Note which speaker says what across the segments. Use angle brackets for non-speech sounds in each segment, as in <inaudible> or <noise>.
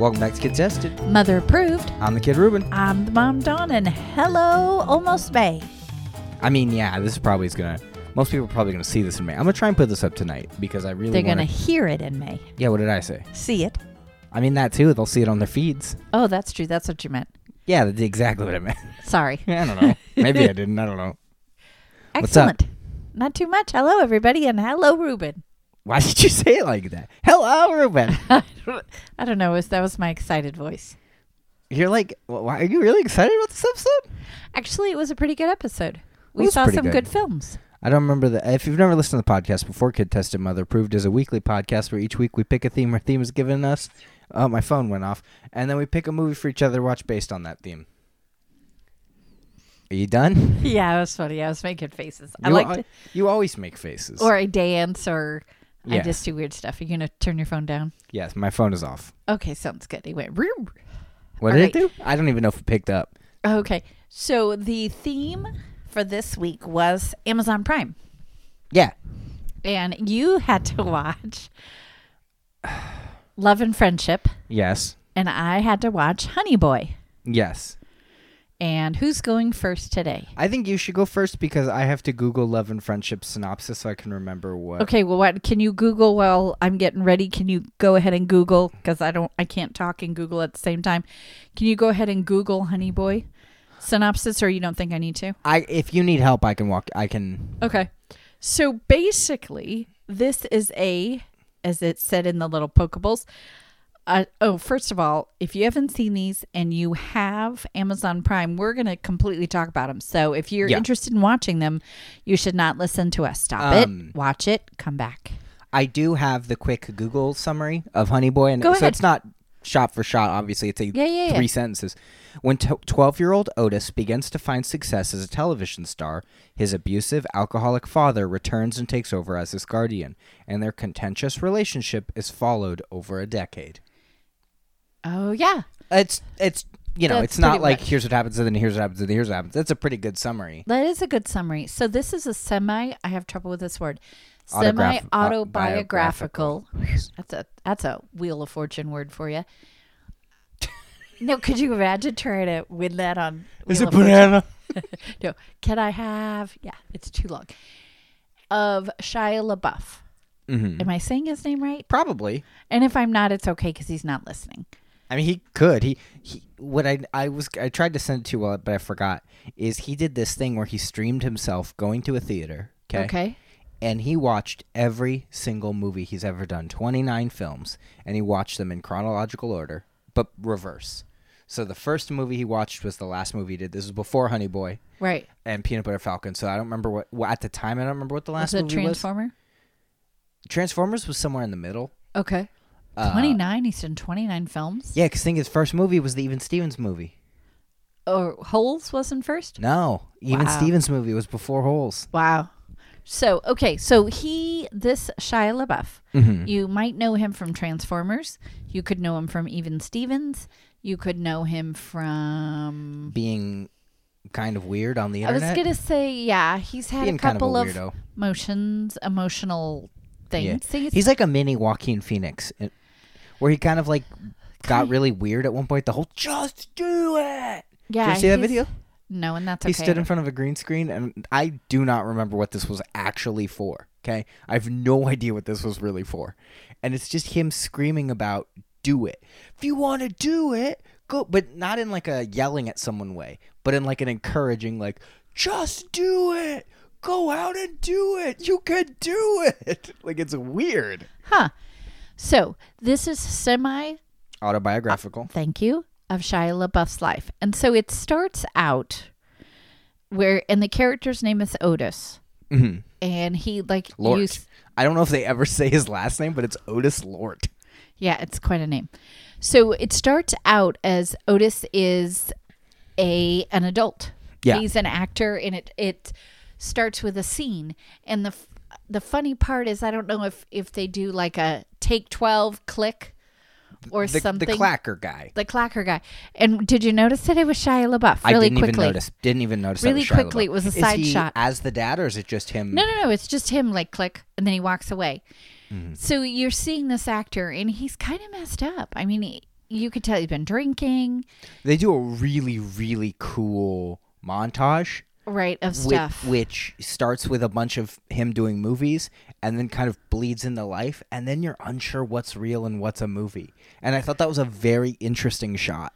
Speaker 1: Welcome back to Kid Tested.
Speaker 2: Mother approved.
Speaker 1: I'm the Kid Ruben.
Speaker 2: I'm the mom Dawn, and hello, almost May.
Speaker 1: I mean, yeah, this is probably is gonna. Most people are probably gonna see this in May. I'm gonna try and put this up tonight because I really.
Speaker 2: They're
Speaker 1: wanna,
Speaker 2: gonna hear it in May.
Speaker 1: Yeah, what did I say?
Speaker 2: See it?
Speaker 1: I mean that too. They'll see it on their feeds.
Speaker 2: Oh, that's true. That's what you meant.
Speaker 1: Yeah, that's exactly what I meant. <laughs>
Speaker 2: <laughs> Sorry.
Speaker 1: I don't know. Maybe I didn't. I don't know. What's up?
Speaker 2: Excellent. Not too much. Hello, everybody, and hello, Ruben. <laughs>
Speaker 1: Why did you <laughs> say it like that? Hello, Ruben.
Speaker 2: I don't know. it was- That was my excited voice.
Speaker 1: You're like, wh- why are you really excited about this episode?
Speaker 2: Actually, it was a pretty good episode.
Speaker 1: It
Speaker 2: We
Speaker 1: was
Speaker 2: saw
Speaker 1: pretty
Speaker 2: some
Speaker 1: good.
Speaker 2: good. films.
Speaker 1: I don't remember the. If you've never listened to the podcast before, Kid Tested Mother Approved is a weekly podcast where each week we pick a theme our theme is given us. Oh, my phone went off. And then we pick a movie for each other to watch based on that theme. Are you done? <laughs>
Speaker 2: <laughs> Yeah, it was funny. I was making faces. I
Speaker 1: You
Speaker 2: liked
Speaker 1: al-
Speaker 2: it.
Speaker 1: You always make faces.
Speaker 2: Or I dance, or I
Speaker 1: Yes.
Speaker 2: just do weird stuff. Are you gonna turn your phone down?
Speaker 1: yes, my phone is off.
Speaker 2: Okay, sounds good. He went. "Roo."
Speaker 1: What
Speaker 2: All
Speaker 1: did it do? I don't even know if it picked up.
Speaker 2: Okay. So the theme for this week was Amazon Prime.
Speaker 1: Yeah.
Speaker 2: And you had to watch Love and Friendship.
Speaker 1: Yes.
Speaker 2: And I had to watch Honey Boy.
Speaker 1: Yes.
Speaker 2: And who's going first today?
Speaker 1: I think you should go first because I have to Google love and friendship synopsis so I can remember what.
Speaker 2: Okay, well what can you Google while I'm getting ready? Can you go ahead and Google cuz I don't I can't talk and Google at the same time. Can you go ahead and Google Honey Boy synopsis or you don't think I need to?
Speaker 1: I if you need help, I can walk. I can.
Speaker 2: Okay. So basically, this is a, as it said in the little Pokeballs. Uh, oh, first of all, if you haven't seen these and you have Amazon Prime, we're going to completely talk about them. So if you're
Speaker 1: Yeah.
Speaker 2: interested in watching them, you should not listen to us. Stop
Speaker 1: Um,
Speaker 2: it, watch it, come back.
Speaker 1: I do have the quick Google summary of Honey Boy, and
Speaker 2: Go
Speaker 1: so
Speaker 2: ahead.
Speaker 1: it's not shot for shot. Obviously, it's a
Speaker 2: Yeah, yeah, yeah.
Speaker 1: three sentences. When twelve-year-old Otis begins to find success as a television star, his abusive alcoholic father returns and takes over as his guardian, and their contentious relationship is followed over a decade.
Speaker 2: Oh, yeah.
Speaker 1: It's it's you know
Speaker 2: That's
Speaker 1: it's not
Speaker 2: pretty
Speaker 1: like
Speaker 2: much.
Speaker 1: here's what happens and then here's what happens and then here's what happens. That's a pretty good summary.
Speaker 2: That is a good summary. So this is a semi. I have trouble with this word. Semi
Speaker 1: Autograph- uh,
Speaker 2: autobiographical. That's a that's a wheel of fortune word for you. <laughs> no, could you imagine trying to win that on? Wheel of Fortune? No. Can I have? Yeah, it's too long. Of Shia LaBeouf.
Speaker 1: Mm-hmm.
Speaker 2: Am I saying his name right?
Speaker 1: Probably.
Speaker 2: And if I'm not, it's okay because he's not listening.
Speaker 1: I mean, he could. He he. What I I was I tried to send it to you, but I forgot. Is he did this thing where he streamed himself going to a theater. Okay.
Speaker 2: Okay.
Speaker 1: And he watched every single movie he's ever done, twenty nine films, and he watched them in chronological order, but reverse. So the first movie he watched was the last movie he did. This was before Honey Boy
Speaker 2: Right.
Speaker 1: and Peanut Butter Falcon. So I don't remember what well, at the time. I don't remember what the last
Speaker 2: Is it
Speaker 1: movie
Speaker 2: Transformer?
Speaker 1: was. Transformers was somewhere in the middle.
Speaker 2: Okay.
Speaker 1: Uh,
Speaker 2: Twenty nine. He's in twenty nine films.
Speaker 1: Yeah, because think his first movie was the Even Stevens movie.
Speaker 2: Or Holes wasn't first?
Speaker 1: No, Even
Speaker 2: Wow.
Speaker 1: Stevens movie was before Holes.
Speaker 2: Wow. So, okay, so he, this Shia LaBeouf,
Speaker 1: Mhm.
Speaker 2: you might know him from Transformers. You could know him from Even Stevens. You could know him from.
Speaker 1: Being kind of weird on the
Speaker 2: I was
Speaker 1: internet.
Speaker 2: going to say, yeah, he's had
Speaker 1: Being
Speaker 2: a couple
Speaker 1: kind of
Speaker 2: of,
Speaker 1: a weirdo.
Speaker 2: motions, emotional
Speaker 1: Yeah.
Speaker 2: things. He's,
Speaker 1: He's like a mini Joaquin Phoenix, it- where he kind of like got really weird at one point. The whole "just do it."
Speaker 2: yeah,
Speaker 1: Did you see that
Speaker 2: he's-
Speaker 1: video?
Speaker 2: No, and that's okay.
Speaker 1: He stood in front of a green screen, and I do not remember what this was actually for. Okay, I have no <laughs> idea what this was really for, and it's just him screaming about "do it." If you want to do it, go, but not in like a yelling at someone way, but in like an encouraging, like "just do it." Go out and do it. You can do it. <laughs> Like it's weird.
Speaker 2: Huh. So, this is semi
Speaker 1: Autobiographical.
Speaker 2: thank you, of Shia LaBeouf's life. And so it starts out where, and the character's name is Otis.
Speaker 1: Mhm.
Speaker 2: And he, like,
Speaker 1: Lort.
Speaker 2: used-
Speaker 1: I don't know if they ever <laughs> say his last name, but it's Otis Lort.
Speaker 2: yeah, it's quite a name. So it starts out as Otis is a an adult.
Speaker 1: Yeah.
Speaker 2: He's an actor, and it, it starts with a scene. And the, f- the funny part is, I don't know if, if they do like a take 12 click or
Speaker 1: The,
Speaker 2: something.
Speaker 1: the clacker guy.
Speaker 2: the clacker guy. And did you notice that it was Shia LaBeouf? Really
Speaker 1: I didn't
Speaker 2: quickly.
Speaker 1: even notice. Didn't even notice. that
Speaker 2: Really
Speaker 1: was Shia
Speaker 2: quickly,
Speaker 1: LaBeouf.
Speaker 2: it was a
Speaker 1: Is
Speaker 2: side
Speaker 1: he
Speaker 2: shot.
Speaker 1: As the dad, or is it just him?
Speaker 2: No, no, no. It's just him, like click, and then
Speaker 1: Mm-hmm.
Speaker 2: he walks away. So you're seeing this actor, and he's kind of messed up. I mean, he, you could tell you've been drinking,
Speaker 1: They do a really, really cool montage.
Speaker 2: right? Of
Speaker 1: whi-
Speaker 2: stuff.
Speaker 1: Which, starts with a bunch of him doing movies and then kind of bleeds into life and then you're unsure what's real and what's a movie and i thought that was a very interesting shot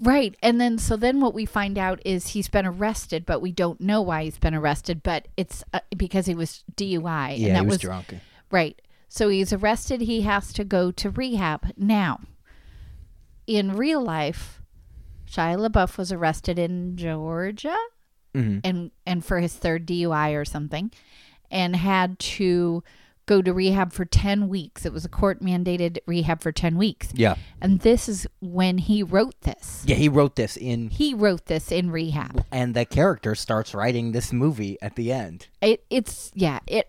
Speaker 2: Right. And then so then what we find out is he's been arrested, but we don't know why he's been arrested, but it's uh, because he was DUI
Speaker 1: yeah
Speaker 2: and that
Speaker 1: he was, drunk
Speaker 2: Right. So he's arrested, he has to go to rehab. Now, in real life, Shia LaBeouf was arrested in Georgia
Speaker 1: Mhm.
Speaker 2: and and for his third DUI or something and had to go to rehab for 10 weeks. It was a court mandated rehab for 10 weeks.
Speaker 1: yeah
Speaker 2: And this is when he wrote this.
Speaker 1: yeah he wrote this in
Speaker 2: He wrote this in rehab.
Speaker 1: and the character starts writing this movie at the end
Speaker 2: It, it's yeah, it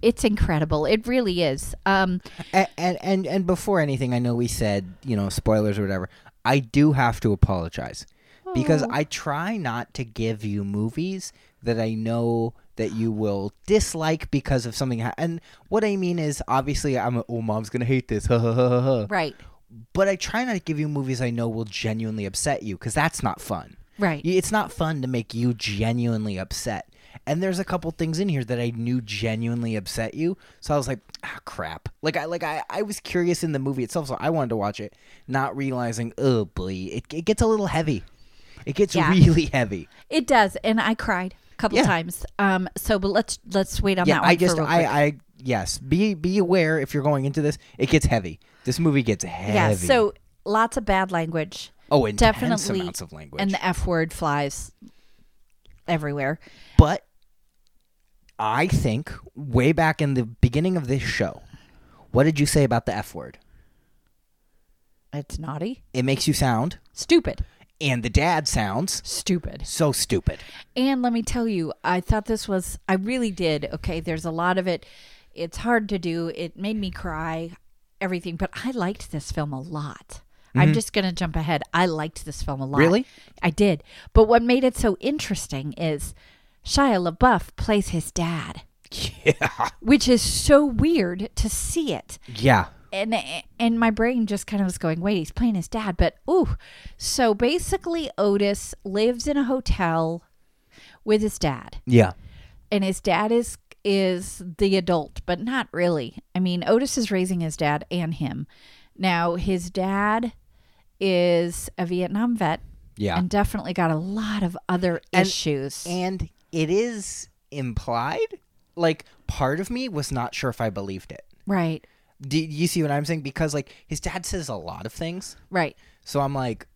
Speaker 2: it's incredible. It really is. Um
Speaker 1: and, and and and before anything i know we said you know spoilers or whatever i do have to apologize because i try not to give you movies that i know that you will dislike because of something ha- and what i mean is obviously i'm a, oh mom's gonna hate this <laughs> ha, ha, ha, ha, ha.
Speaker 2: right.
Speaker 1: but i try not to give you movies i know will genuinely upset you because that's not fun
Speaker 2: Right.
Speaker 1: Y- it's not fun to make you genuinely upset and there's a couple things in here that i knew genuinely upset you so i was like ah crap like i like i, I was curious in the movie itself so i wanted to watch it not realizing oh boy it, it gets a little heavy it gets
Speaker 2: Yeah.
Speaker 1: really heavy
Speaker 2: It does, and I cried a couple
Speaker 1: Yeah.
Speaker 2: times. Um, so but let's let's wait on
Speaker 1: yeah
Speaker 2: that one
Speaker 1: i just
Speaker 2: for real
Speaker 1: i i
Speaker 2: quick.
Speaker 1: yes be be aware if you're going into this it gets heavy this movie gets heavy
Speaker 2: yeah. So lots of bad language,
Speaker 1: oh intense
Speaker 2: definitely,
Speaker 1: amounts of language
Speaker 2: and the f word flies everywhere.
Speaker 1: But I think way back in the beginning of this show, what did you say about the F word?
Speaker 2: It's naughty,
Speaker 1: It makes you sound,
Speaker 2: stupid,
Speaker 1: and the dad sounds
Speaker 2: stupid.
Speaker 1: so stupid.
Speaker 2: And let me tell you, I thought this was, I really did. Okay, there's a lot of it. It's hard to do. It made me cry, everything, but I liked this film a lot. I'm just going to jump ahead. I liked this film a lot.
Speaker 1: Really?
Speaker 2: I did. But what made it so interesting is Shia LaBeouf plays his dad,
Speaker 1: Yeah.
Speaker 2: which is so weird to see it
Speaker 1: Yeah.
Speaker 2: and and my brain just kind of was going, wait, he's playing his dad, but ooh. So basically, Otis lives in a hotel with his dad,
Speaker 1: Yeah.
Speaker 2: and his dad is is the adult, but not really. I mean, Otis is raising his dad and him. Now, his dad is a Vietnam vet
Speaker 1: Yeah.
Speaker 2: and definitely got a lot of other
Speaker 1: And-
Speaker 2: issues.
Speaker 1: And it is implied. Like, part of me was not sure if I believed it.
Speaker 2: right,
Speaker 1: Do you see what I'm saying? Because, like, his dad says a lot of things.
Speaker 2: right.
Speaker 1: So I'm like,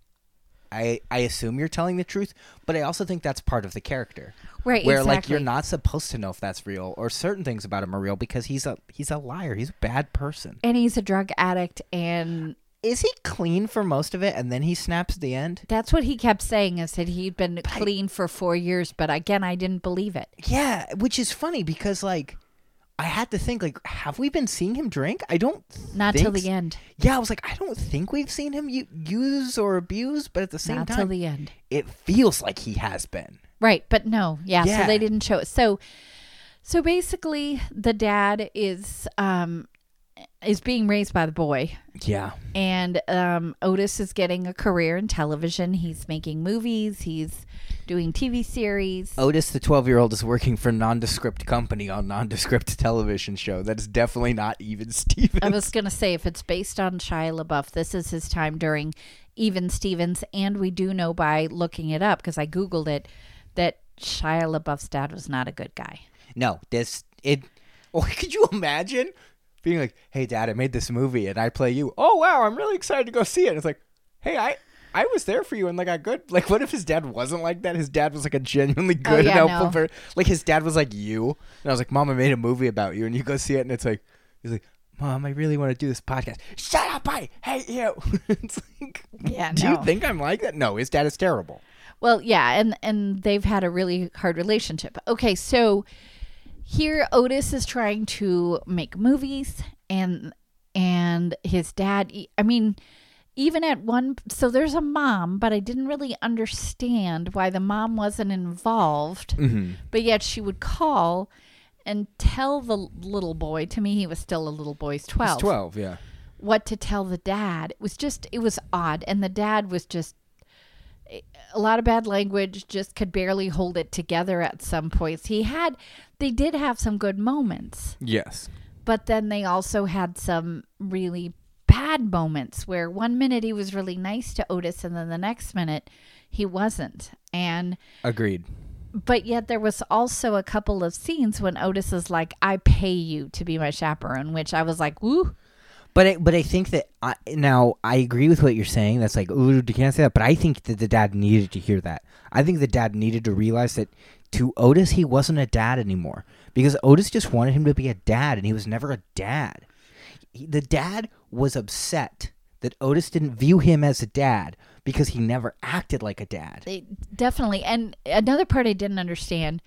Speaker 1: I, I assume you're telling the truth, but I also think that's part of the character.
Speaker 2: Right,
Speaker 1: where like you're
Speaker 2: exactly.
Speaker 1: not supposed to know if that's real or certain things about him are real because he's a he's a liar. He's a bad person.
Speaker 2: And he's a drug addict and
Speaker 1: Is he clean for most of it and then he snaps at the end?
Speaker 2: That's what he kept saying is that he'd been clean for four years, but again, I didn't believe it.
Speaker 1: Yeah, which is funny because like I had to think like have we been seeing him drink? I don't
Speaker 2: Not
Speaker 1: think
Speaker 2: till
Speaker 1: s-
Speaker 2: the end.
Speaker 1: Yeah, I was like I don't think we've seen him u- use or abuse, but at the same
Speaker 2: Not till
Speaker 1: time
Speaker 2: the end.
Speaker 1: it feels like he has been.
Speaker 2: Right, but no, yeah,
Speaker 1: Yeah.
Speaker 2: So they didn't show it. So, so basically, the dad is um is being raised by the boy,
Speaker 1: Yeah.
Speaker 2: and um Otis is getting a career in television. He's making movies. He's doing TV series.
Speaker 1: Otis, the 12 year old, is working for nondescript company on nondescript television show. That is definitely not even <laughs> Steven.
Speaker 2: I was gonna say if it's based on Shia LaBeouf, this is his time during Even Stevens, and we do know by looking it up because I googled it that Shia LaBeouf's dad was not a good guy.
Speaker 1: No, this it. <laughs> Oh, could you imagine being like, "Hey, Dad, I made this movie and I play you." Oh wow, I'm really excited to go see it. It's like, hey, I I was there for you and like I good. <laughs> Like, what if his dad wasn't like that? His dad was like a genuinely good and
Speaker 2: Oh, yeah,
Speaker 1: helpful
Speaker 2: no.
Speaker 1: person. Like his dad was like you, and I was like, "Mom, I made a movie about you," and you go see it, and it's like, he's like. Mom, I really want to do this podcast. Shut up! I hate you. <laughs> it's like,
Speaker 2: Yeah,
Speaker 1: do
Speaker 2: no.
Speaker 1: you think I'm like that? No, his dad is terrible.
Speaker 2: Well, yeah, and and they've had a really hard relationship. Okay, so here Otis is trying to make movies, and and his dad. e, I mean. Even at one, so there's a mom, but I didn't really understand why the mom wasn't involved. But yet she would call and tell the little boy, to me, he was still a little boy, he's 12,
Speaker 1: He's twelve, yeah.
Speaker 2: what to tell the dad. It was just, it was odd. And the dad was just a lot of bad language, just could barely hold it together at some points. He had, they did have some good moments,
Speaker 1: Yes.
Speaker 2: but then they also had some really bad moments where one minute he was really nice to Otis and then the next minute he wasn't. And
Speaker 1: Agreed.
Speaker 2: but yet there was also a couple of scenes when Otis is like, "I pay you to be my chaperone," which I was like, "Woo,
Speaker 1: But I, but I think that I, now I agree with what you're saying. That's like, ooh, you can't say that. But I think that the dad needed to hear that. I think the dad needed to realize that to Otis he wasn't a dad anymore because Otis just wanted him to be a dad, and he was never a dad. He- the dad was upset that Otis didn't view him as a dad because he never acted like a dad.
Speaker 2: they definitely." And another part I didn't understand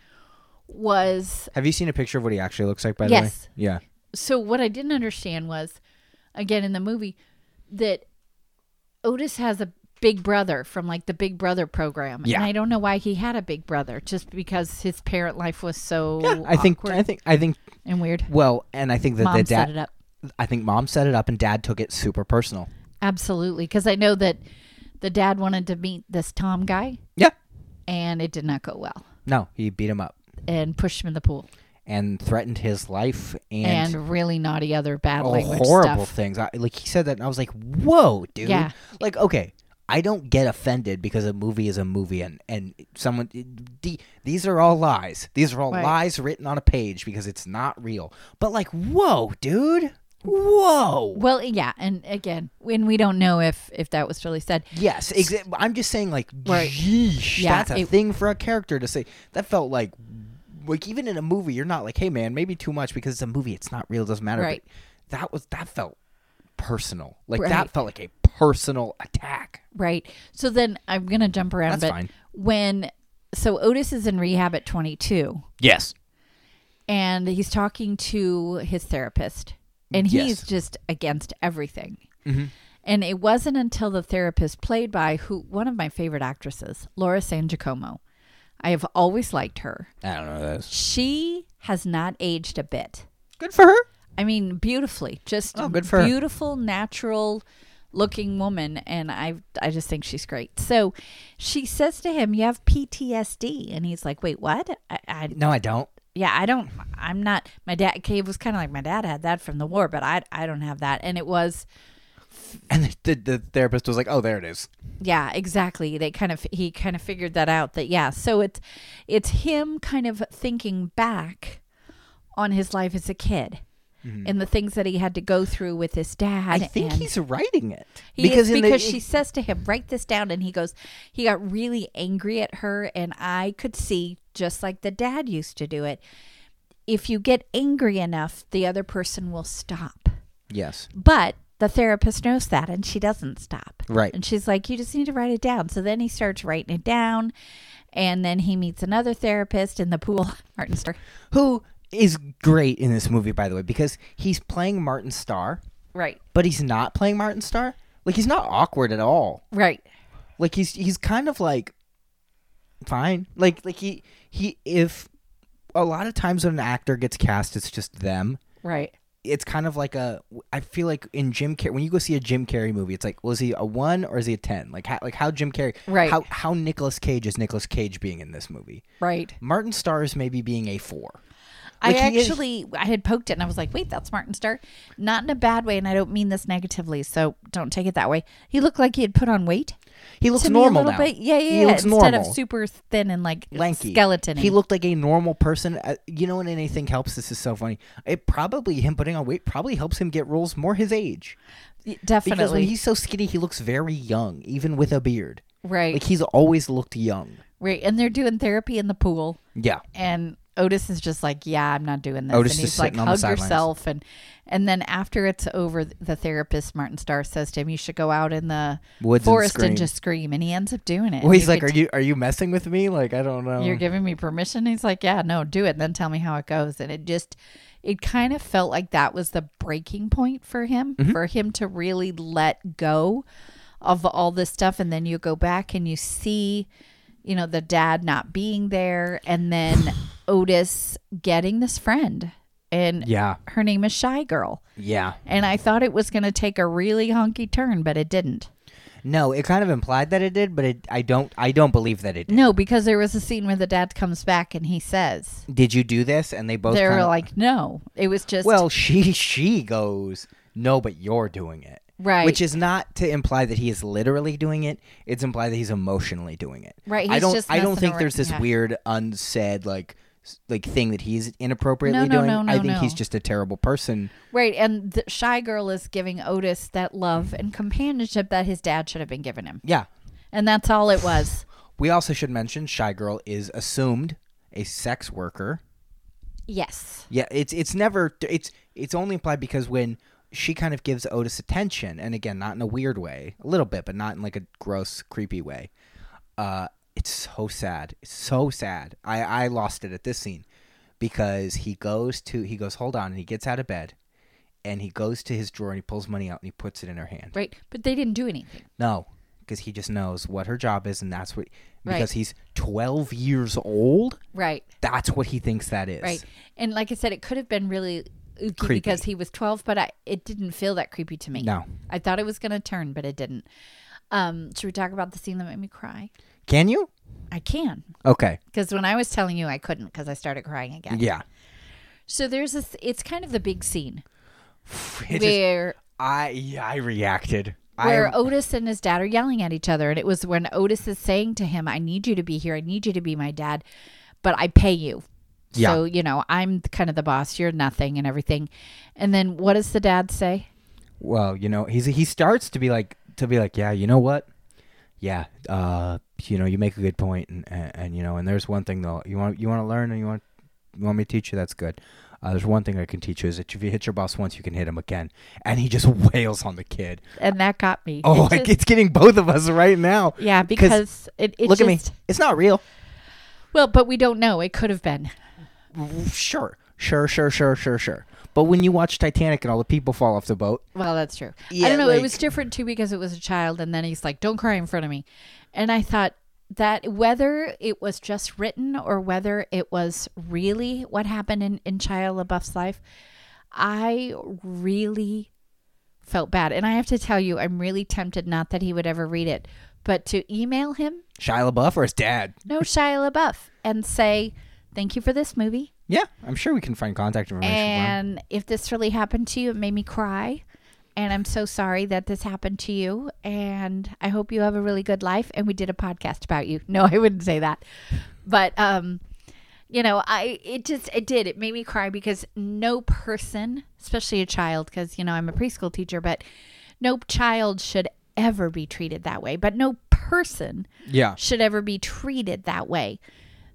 Speaker 2: was
Speaker 1: Have you seen a picture of what he actually looks like? By
Speaker 2: Yes.
Speaker 1: the way, yeah.
Speaker 2: so what I didn't understand was, again in the movie, that Otis has a big brother from like the Big Brother program,
Speaker 1: Yeah.
Speaker 2: and I don't know why he had a big brother, just because his parent life was so
Speaker 1: I think
Speaker 2: awkward
Speaker 1: I think I think
Speaker 2: and weird.
Speaker 1: well, and I think that
Speaker 2: Mom
Speaker 1: the
Speaker 2: set
Speaker 1: dad.
Speaker 2: it up.
Speaker 1: I think mom set it up, and dad took it super personal.
Speaker 2: Absolutely, because I know that the dad wanted to meet this Tom guy,
Speaker 1: Yeah.
Speaker 2: and it did not go well,
Speaker 1: No, he beat him up
Speaker 2: and pushed him in the pool,
Speaker 1: and threatened his life
Speaker 2: and,
Speaker 1: and,
Speaker 2: really naughty other bad
Speaker 1: all
Speaker 2: language
Speaker 1: horrible
Speaker 2: stuff.
Speaker 1: things. I, like he said that, and I was like, "Whoa, dude!"
Speaker 2: Yeah.
Speaker 1: Like, okay, I don't get offended because a movie is a movie, and and someone the, these are all lies. These are all
Speaker 2: Right.
Speaker 1: lies written on a page because it's not real. But like, whoa, dude! Whoa!
Speaker 2: Well, yeah, and again, when we don't know if if that was really said,
Speaker 1: Yes, exa- I'm just saying, like,
Speaker 2: Right.
Speaker 1: yeesh,
Speaker 2: Yeah,
Speaker 1: that's a
Speaker 2: it-
Speaker 1: thing for a character to say. That felt like, like even in a movie, you're not like, hey man, maybe too much because it's a movie. It's not real. It doesn't matter.
Speaker 2: Right.
Speaker 1: But that was that felt personal. Like
Speaker 2: Right.
Speaker 1: that felt like a personal attack.
Speaker 2: right? So then I'm gonna jump around,
Speaker 1: That's
Speaker 2: but
Speaker 1: fine.
Speaker 2: when so Otis is in rehab at 22,
Speaker 1: Yes.
Speaker 2: and he's talking to his therapist, and
Speaker 1: Yes. Mm-hmm.
Speaker 2: he's just against everything. And it wasn't until the therapist played by who one of my favorite actresses, Laura San Giacomo. I have always liked her.
Speaker 1: I don't know this.
Speaker 2: She has not aged a bit.
Speaker 1: Good for her.
Speaker 2: I mean, beautifully, just
Speaker 1: Oh, good for her.
Speaker 2: beautiful, natural looking woman and I I just think she's great. So she says to him, "You have PTSD." And he's like, "Wait, what?" I, I
Speaker 1: No, I don't.
Speaker 2: yeah, I don't. I'm not. My dad. Cave was kind of like my dad had that from the war, but I I don't have that. And it was
Speaker 1: And the, the therapist was like, "Oh, there it is."
Speaker 2: yeah, exactly. They kind of he kind of figured that out. That yeah. So it's it's him kind of thinking back on his life as a kid. And the things that he had to go through with his dad.
Speaker 1: Mm-hmm. I think
Speaker 2: and-
Speaker 1: he's writing it
Speaker 2: He because
Speaker 1: in the-
Speaker 2: because she says to him, "Write this down," and he goes. He got really angry at her, and I could see just like the dad used to do it. If you get angry enough, the other person will stop.
Speaker 1: Yes.
Speaker 2: But the therapist knows that, and she doesn't stop.
Speaker 1: Right.
Speaker 2: And she's like, "You just need to write it down." So then he starts writing it down, and then he meets another therapist in the pool. <laughs> Martin Starr.
Speaker 1: Who is great in this movie, by the way, because he's playing Martin Starr.
Speaker 2: Right.
Speaker 1: but he's not playing Martin Starr. Like he's not awkward at all.
Speaker 2: Right.
Speaker 1: Like he's he's kind of like fine. Like like he he if a lot of times when an actor gets cast, it's just them.
Speaker 2: Right.
Speaker 1: It's kind of like a. I feel like in Jim Carrey, when you go see a Jim Carrey movie, it's like, was he a one or is he a ten? Like how like how Jim Carrey,
Speaker 2: Right.
Speaker 1: How how Nicolas Cage is Nicolas Cage being in this movie?
Speaker 2: Right.
Speaker 1: Martin Starr is maybe being a four.
Speaker 2: I
Speaker 1: Like, he is-
Speaker 2: actually I had poked it and I was like, wait, that's Martin Starr. Not in a bad way, and I don't mean this negatively, so don't take it that way. He looked like he had put on weight.
Speaker 1: He looks
Speaker 2: to me a
Speaker 1: normal
Speaker 2: little
Speaker 1: now.
Speaker 2: bit. Yeah, yeah,
Speaker 1: He
Speaker 2: yeah.
Speaker 1: looks
Speaker 2: Instead
Speaker 1: normal.
Speaker 2: of super thin and like
Speaker 1: lanky
Speaker 2: skeleton.
Speaker 1: He looked like a normal person. Uh, you know, and anything helps. This is so funny. It probably him putting on weight probably helps him get roles more his age because
Speaker 2: definitely
Speaker 1: when he's so skinny, he looks very young, even with a beard.
Speaker 2: right,
Speaker 1: Like he's always looked young.
Speaker 2: right. And they're doing therapy in the pool,
Speaker 1: Yeah,
Speaker 2: and Otis is just like, yeah, I'm not doing this.
Speaker 1: Otis
Speaker 2: and
Speaker 1: is
Speaker 2: he's like,
Speaker 1: sitting on the
Speaker 2: hug
Speaker 1: sidelines.
Speaker 2: yourself, and and then after it's over, the therapist Martin Starr says to him, you should go out in the
Speaker 1: Woods and
Speaker 2: forest and,
Speaker 1: scream.
Speaker 2: just scream, and he ends up doing it.
Speaker 1: well, he's
Speaker 2: You
Speaker 1: like,
Speaker 2: could
Speaker 1: are you are you messing with me? Like I don't know.
Speaker 2: you're giving me permission he's like yeah no do it then tell me how it goes and it just it kind of felt like that was the breaking point for him
Speaker 1: Mm-hmm.
Speaker 2: for him to really let go of all this stuff and then you go back and you see you
Speaker 1: <sighs>
Speaker 2: know the dad not being there and then otis getting this friend and
Speaker 1: Yeah.
Speaker 2: her name is Shy Girl.
Speaker 1: Yeah.
Speaker 2: And I thought it was going to take a really honky turn, but it didn't.
Speaker 1: No, it kind of implied that it did, but it, I don't I don't believe that it did.
Speaker 2: No, because there was a scene where the dad comes back and he says,
Speaker 1: Did you do this? And they both
Speaker 2: they were
Speaker 1: kinda-
Speaker 2: like, no. It was just,
Speaker 1: Well, she she goes, "No, but you're doing it."
Speaker 2: right.
Speaker 1: Which is not to imply that he is literally doing it. It's implied that he's emotionally doing it.
Speaker 2: Right,
Speaker 1: I
Speaker 2: he's
Speaker 1: don't.
Speaker 2: just
Speaker 1: I don't
Speaker 2: messing
Speaker 1: think
Speaker 2: around,
Speaker 1: there's this
Speaker 2: yeah.
Speaker 1: weird unsaid like s- like thing that he's inappropriately
Speaker 2: No, no,
Speaker 1: doing.
Speaker 2: no, no,
Speaker 1: I think
Speaker 2: no.
Speaker 1: he's just a terrible person.
Speaker 2: right. And the Shy Girl is giving Otis that love and companionship that his dad should have been giving him.
Speaker 1: Yeah.
Speaker 2: And that's all it was.
Speaker 1: We also should mention Shy Girl is assumed a sex worker.
Speaker 2: <sighs> yes.
Speaker 1: Yeah, it's it's never it's it's only implied because when she kind of gives Otis attention, and again, not in a weird way, a little bit, but not in like a gross, creepy way. Uh, it's so sad, it's so sad. I I lost it at this scene because he goes to he goes hold on, and he gets out of bed, and he goes to his drawer and he pulls money out and he puts it in her hand.
Speaker 2: Right. But they didn't do anything.
Speaker 1: No, because he just knows what her job is, and that's what because
Speaker 2: Right.
Speaker 1: he's twelve years old.
Speaker 2: Right.
Speaker 1: That's what he thinks that is.
Speaker 2: Right. And like I said, it could have been really ooky
Speaker 1: Creepy.
Speaker 2: because he was 12, but I, it didn't feel that creepy to me.
Speaker 1: No.
Speaker 2: I thought it was going to turn, but it didn't. Um, should we talk about the scene that made me cry?
Speaker 1: Can you?
Speaker 2: I can.
Speaker 1: Okay.
Speaker 2: Because when I was telling you, I couldn't because I started crying again.
Speaker 1: Yeah.
Speaker 2: So there's this, it's kind of the big scene
Speaker 1: <laughs> It just-
Speaker 2: where
Speaker 1: I yeah, I reacted.
Speaker 2: where
Speaker 1: I
Speaker 2: Otis and his dad are yelling at each other. And it was when Otis is saying to him, I need you to be here. I need you to be my dad, but I pay you.
Speaker 1: Yeah.
Speaker 2: So, you know, I'm kind of the boss. You're nothing and everything. And then what does the dad say?
Speaker 1: well, you know, he's he starts to be like to be like, yeah, you know what? Yeah, uh, you know, you make a good point, and, and, and you know, and there's one thing though, you want you want to learn, and you want you want me to teach you. That's good. Uh, there's one thing I can teach you is that if you hit your boss once, you can hit him again. And he just <laughs> wails on the kid.
Speaker 2: And that got me.
Speaker 1: Oh, <laughs>
Speaker 2: It
Speaker 1: like
Speaker 2: just-
Speaker 1: it's getting both of us right now.
Speaker 2: yeah, because it, it
Speaker 1: Look
Speaker 2: just,
Speaker 1: at me. It's not real.
Speaker 2: Well, but we don't know. It could have been.
Speaker 1: Sure, sure, sure, sure, sure, sure. But when you watch Titanic and all the people fall off the boat,
Speaker 2: Well, that's true.
Speaker 1: Yeah,
Speaker 2: I don't know.
Speaker 1: like-
Speaker 2: it was different too because it was a child, and then he's like, "Don't cry in front of me," and I thought that whether it was just written or whether it was really what happened in in Shia LaBeouf's life, I really felt bad, and I have to tell you, I'm really tempted not that he would ever read it, but to email him,
Speaker 1: Shia LaBeouf or his dad? <laughs>
Speaker 2: no Shia LaBeouf, and say, "Thank you for this movie."
Speaker 1: Yeah, I'm sure we can find contact information. for him.
Speaker 2: And if this really happened to you, it made me cry. And I'm so sorry that this happened to you. And I hope you have a really good life. And we did a podcast about you. <laughs> No, I wouldn't say that. But um, you know, I it just it did. It made me cry because no person, especially a child, because you know I'm a preschool teacher, but no child should ever be treated that way. But no person
Speaker 1: Yeah.
Speaker 2: should ever be treated that way.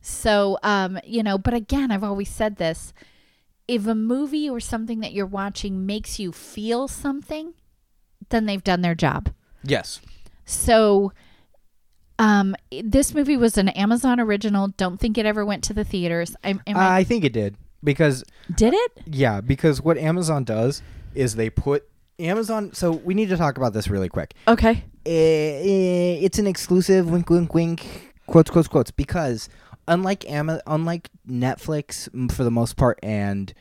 Speaker 2: So, um, you know, but again, I've always said this if a movie or something that you're watching makes you feel something, then they've done their job.
Speaker 1: Yes.
Speaker 2: So, um, this movie was an Amazon original. Don't think it ever went to the theaters. I, am I,
Speaker 1: Uh, I think it did because
Speaker 2: did it?
Speaker 1: yeah, because what Amazon does is they put Amazon. So we need to talk about this really quick.
Speaker 2: Okay.
Speaker 1: Eh, eh, It's an exclusive. Wink, wink, wink. Quotes, quotes, quotes. Because unlike Ama- unlike Netflix mm, for the most part, and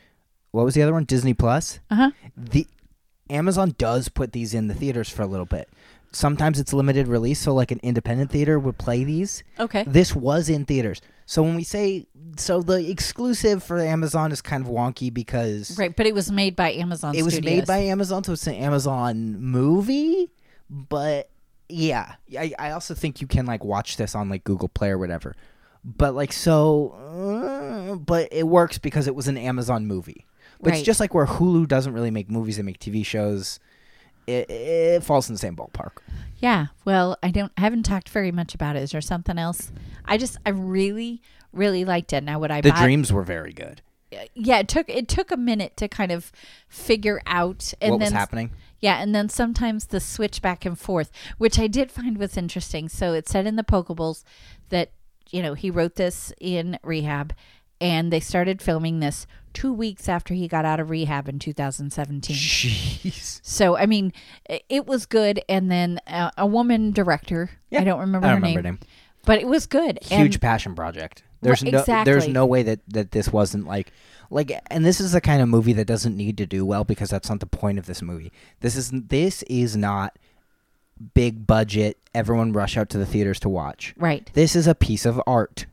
Speaker 1: what was the other one? Disney Plus.
Speaker 2: Uh huh.
Speaker 1: the Amazon does put these in the theaters for a little bit. Sometimes it's limited release, so like an independent theater would play these.
Speaker 2: Okay.
Speaker 1: This was in theaters. So when we say so the exclusive for Amazon is kind of wonky because
Speaker 2: Right, but it was made by Amazon.
Speaker 1: it was made
Speaker 2: Studios.
Speaker 1: by Amazon, so it's an Amazon movie, but yeah. I, I also think you can like watch this on like Google Play or whatever. But like so uh, but it works because it was an Amazon movie. But
Speaker 2: Right.
Speaker 1: it's just like where Hulu doesn't really make movies, they make TV shows. It, it falls in the same ballpark.
Speaker 2: Yeah. Well, I don't I haven't talked very much about it. Is there something else? I just I really really liked it. Now would I
Speaker 1: The
Speaker 2: buy
Speaker 1: dreams were very good.
Speaker 2: Yeah, it took it took a minute to kind of figure out and
Speaker 1: what was
Speaker 2: then
Speaker 1: happening?
Speaker 2: Yeah, and then sometimes the switch back and forth, which I did find was interesting. So it said in the Pokeballs that, you know, he wrote this in rehab and they started filming this 2 weeks after he got out of rehab in 2017.
Speaker 1: <laughs> Jeez.
Speaker 2: So I mean, i- it was good. And then uh, a woman director,
Speaker 1: Yeah,
Speaker 2: I don't remember
Speaker 1: I don't
Speaker 2: her
Speaker 1: remember
Speaker 2: name,
Speaker 1: her name.
Speaker 2: But it was good.
Speaker 1: Huge
Speaker 2: And
Speaker 1: passion project. There's
Speaker 2: Right,
Speaker 1: no there's
Speaker 2: exactly.
Speaker 1: no way that that this wasn't like like and this is the kind of movie that doesn't need to do well because that's not the point of this movie. This is this is not big budget everyone rush out to the theaters to watch.
Speaker 2: right.
Speaker 1: This is a piece of art.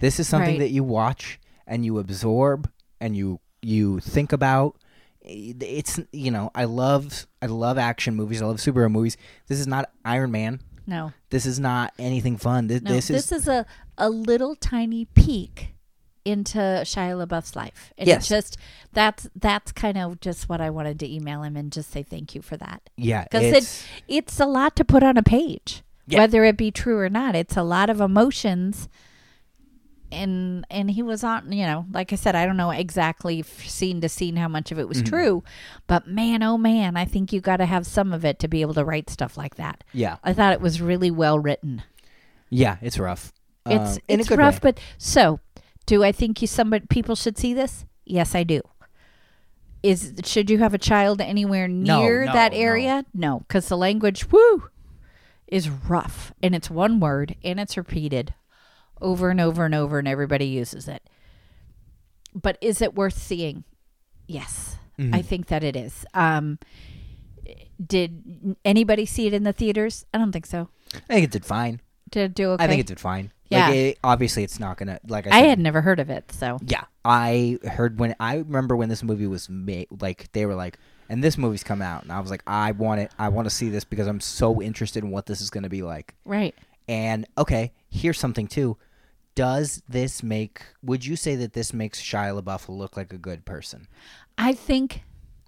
Speaker 1: This is something
Speaker 2: Right.
Speaker 1: that you watch and you absorb and you you think about. It's you know I love I love action movies. I love superhero movies. This is not Iron Man.
Speaker 2: No.
Speaker 1: This is not anything fun. This,
Speaker 2: No.
Speaker 1: this,
Speaker 2: This,
Speaker 1: is,
Speaker 2: is, a, a little tiny peek into Shia LaBeouf's life. And it
Speaker 1: Yes.
Speaker 2: just that's that's kind of just what I wanted to email him and just say thank you for that.
Speaker 1: yeah.
Speaker 2: Because
Speaker 1: it's-
Speaker 2: it, it's a lot to put on a page,
Speaker 1: Yeah.
Speaker 2: whether it be true or not. It's a lot of emotions. And and he was on, you know, like I said, I don't know exactly f- scene to scene how much of it was
Speaker 1: Mm-hmm.
Speaker 2: true, but man, oh man, I think you got to have some of it to be able to write stuff like that.
Speaker 1: yeah
Speaker 2: I thought it was really well written.
Speaker 1: yeah it's rough.
Speaker 2: It's
Speaker 1: Um, in a
Speaker 2: it's
Speaker 1: good
Speaker 2: rough,
Speaker 1: way.
Speaker 2: but so do I think you somebody people should see this? Yes, I do. Is should you have a child anywhere
Speaker 1: No,
Speaker 2: near
Speaker 1: no,
Speaker 2: that
Speaker 1: no.
Speaker 2: area? No, because the language woo is rough, and it's one word, and it's repeated over and over and over, and everybody uses it. But is it worth seeing? Yes,
Speaker 1: Mm-hmm.
Speaker 2: I think that it is. Um, did anybody see it in the theaters? I don't think so.
Speaker 1: I think it did fine.
Speaker 2: Did it do okay?
Speaker 1: I think it did fine.
Speaker 2: Yeah.
Speaker 1: Like it, obviously it's not gonna like I
Speaker 2: I
Speaker 1: said.
Speaker 2: had never heard of it, so
Speaker 1: yeah, I heard when I remember when this movie was made. Like they were like, and this movie's come out, and I was like, I want it. I want to see this because I'm so interested in what this is gonna be like.
Speaker 2: right.
Speaker 1: And okay, here's something too. Does this make? Would you say that this makes Shia LaBeouf look like a good person?
Speaker 2: I think.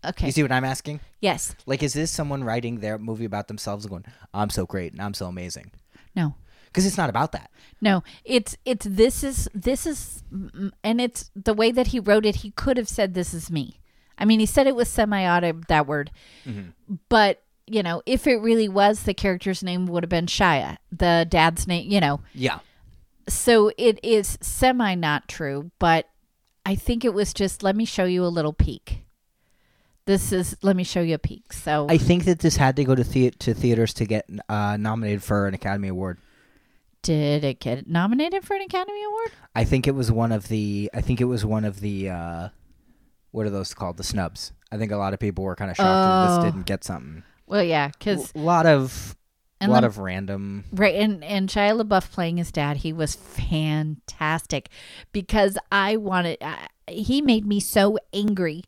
Speaker 2: Okay.
Speaker 1: You see what I'm asking?
Speaker 2: yes.
Speaker 1: Like, is this someone writing their movie about themselves and going, "I'm so great and I'm so amazing"?
Speaker 2: No.
Speaker 1: Because it's not about that.
Speaker 2: No. It's it's this is this is mm, and it's the way that he wrote it. He could have said this is me. I mean, he said it was semiotic that word, but you know, if it really was, the character's name would have been Shia. The dad's name, you know.
Speaker 1: Yeah.
Speaker 2: So it is semi not true, but I think it was just let me show you a little peek. This is let me show you a peek. So
Speaker 1: I think that this had to go to thea- to theaters to get uh, nominated for an Academy Award.
Speaker 2: did it get nominated for an Academy Award?
Speaker 1: I think it was one of the. I think it was one of the. Uh, what are those called? The snubs. I think a lot of people were kind of shocked that
Speaker 2: Oh.
Speaker 1: this didn't get something.
Speaker 2: Well, yeah, because
Speaker 1: A lot of. A
Speaker 2: And
Speaker 1: lot
Speaker 2: lem-
Speaker 1: of random.
Speaker 2: Right, and and Shia LaBeouf playing his dad, he was fantastic because I wanted. I, he made me so angry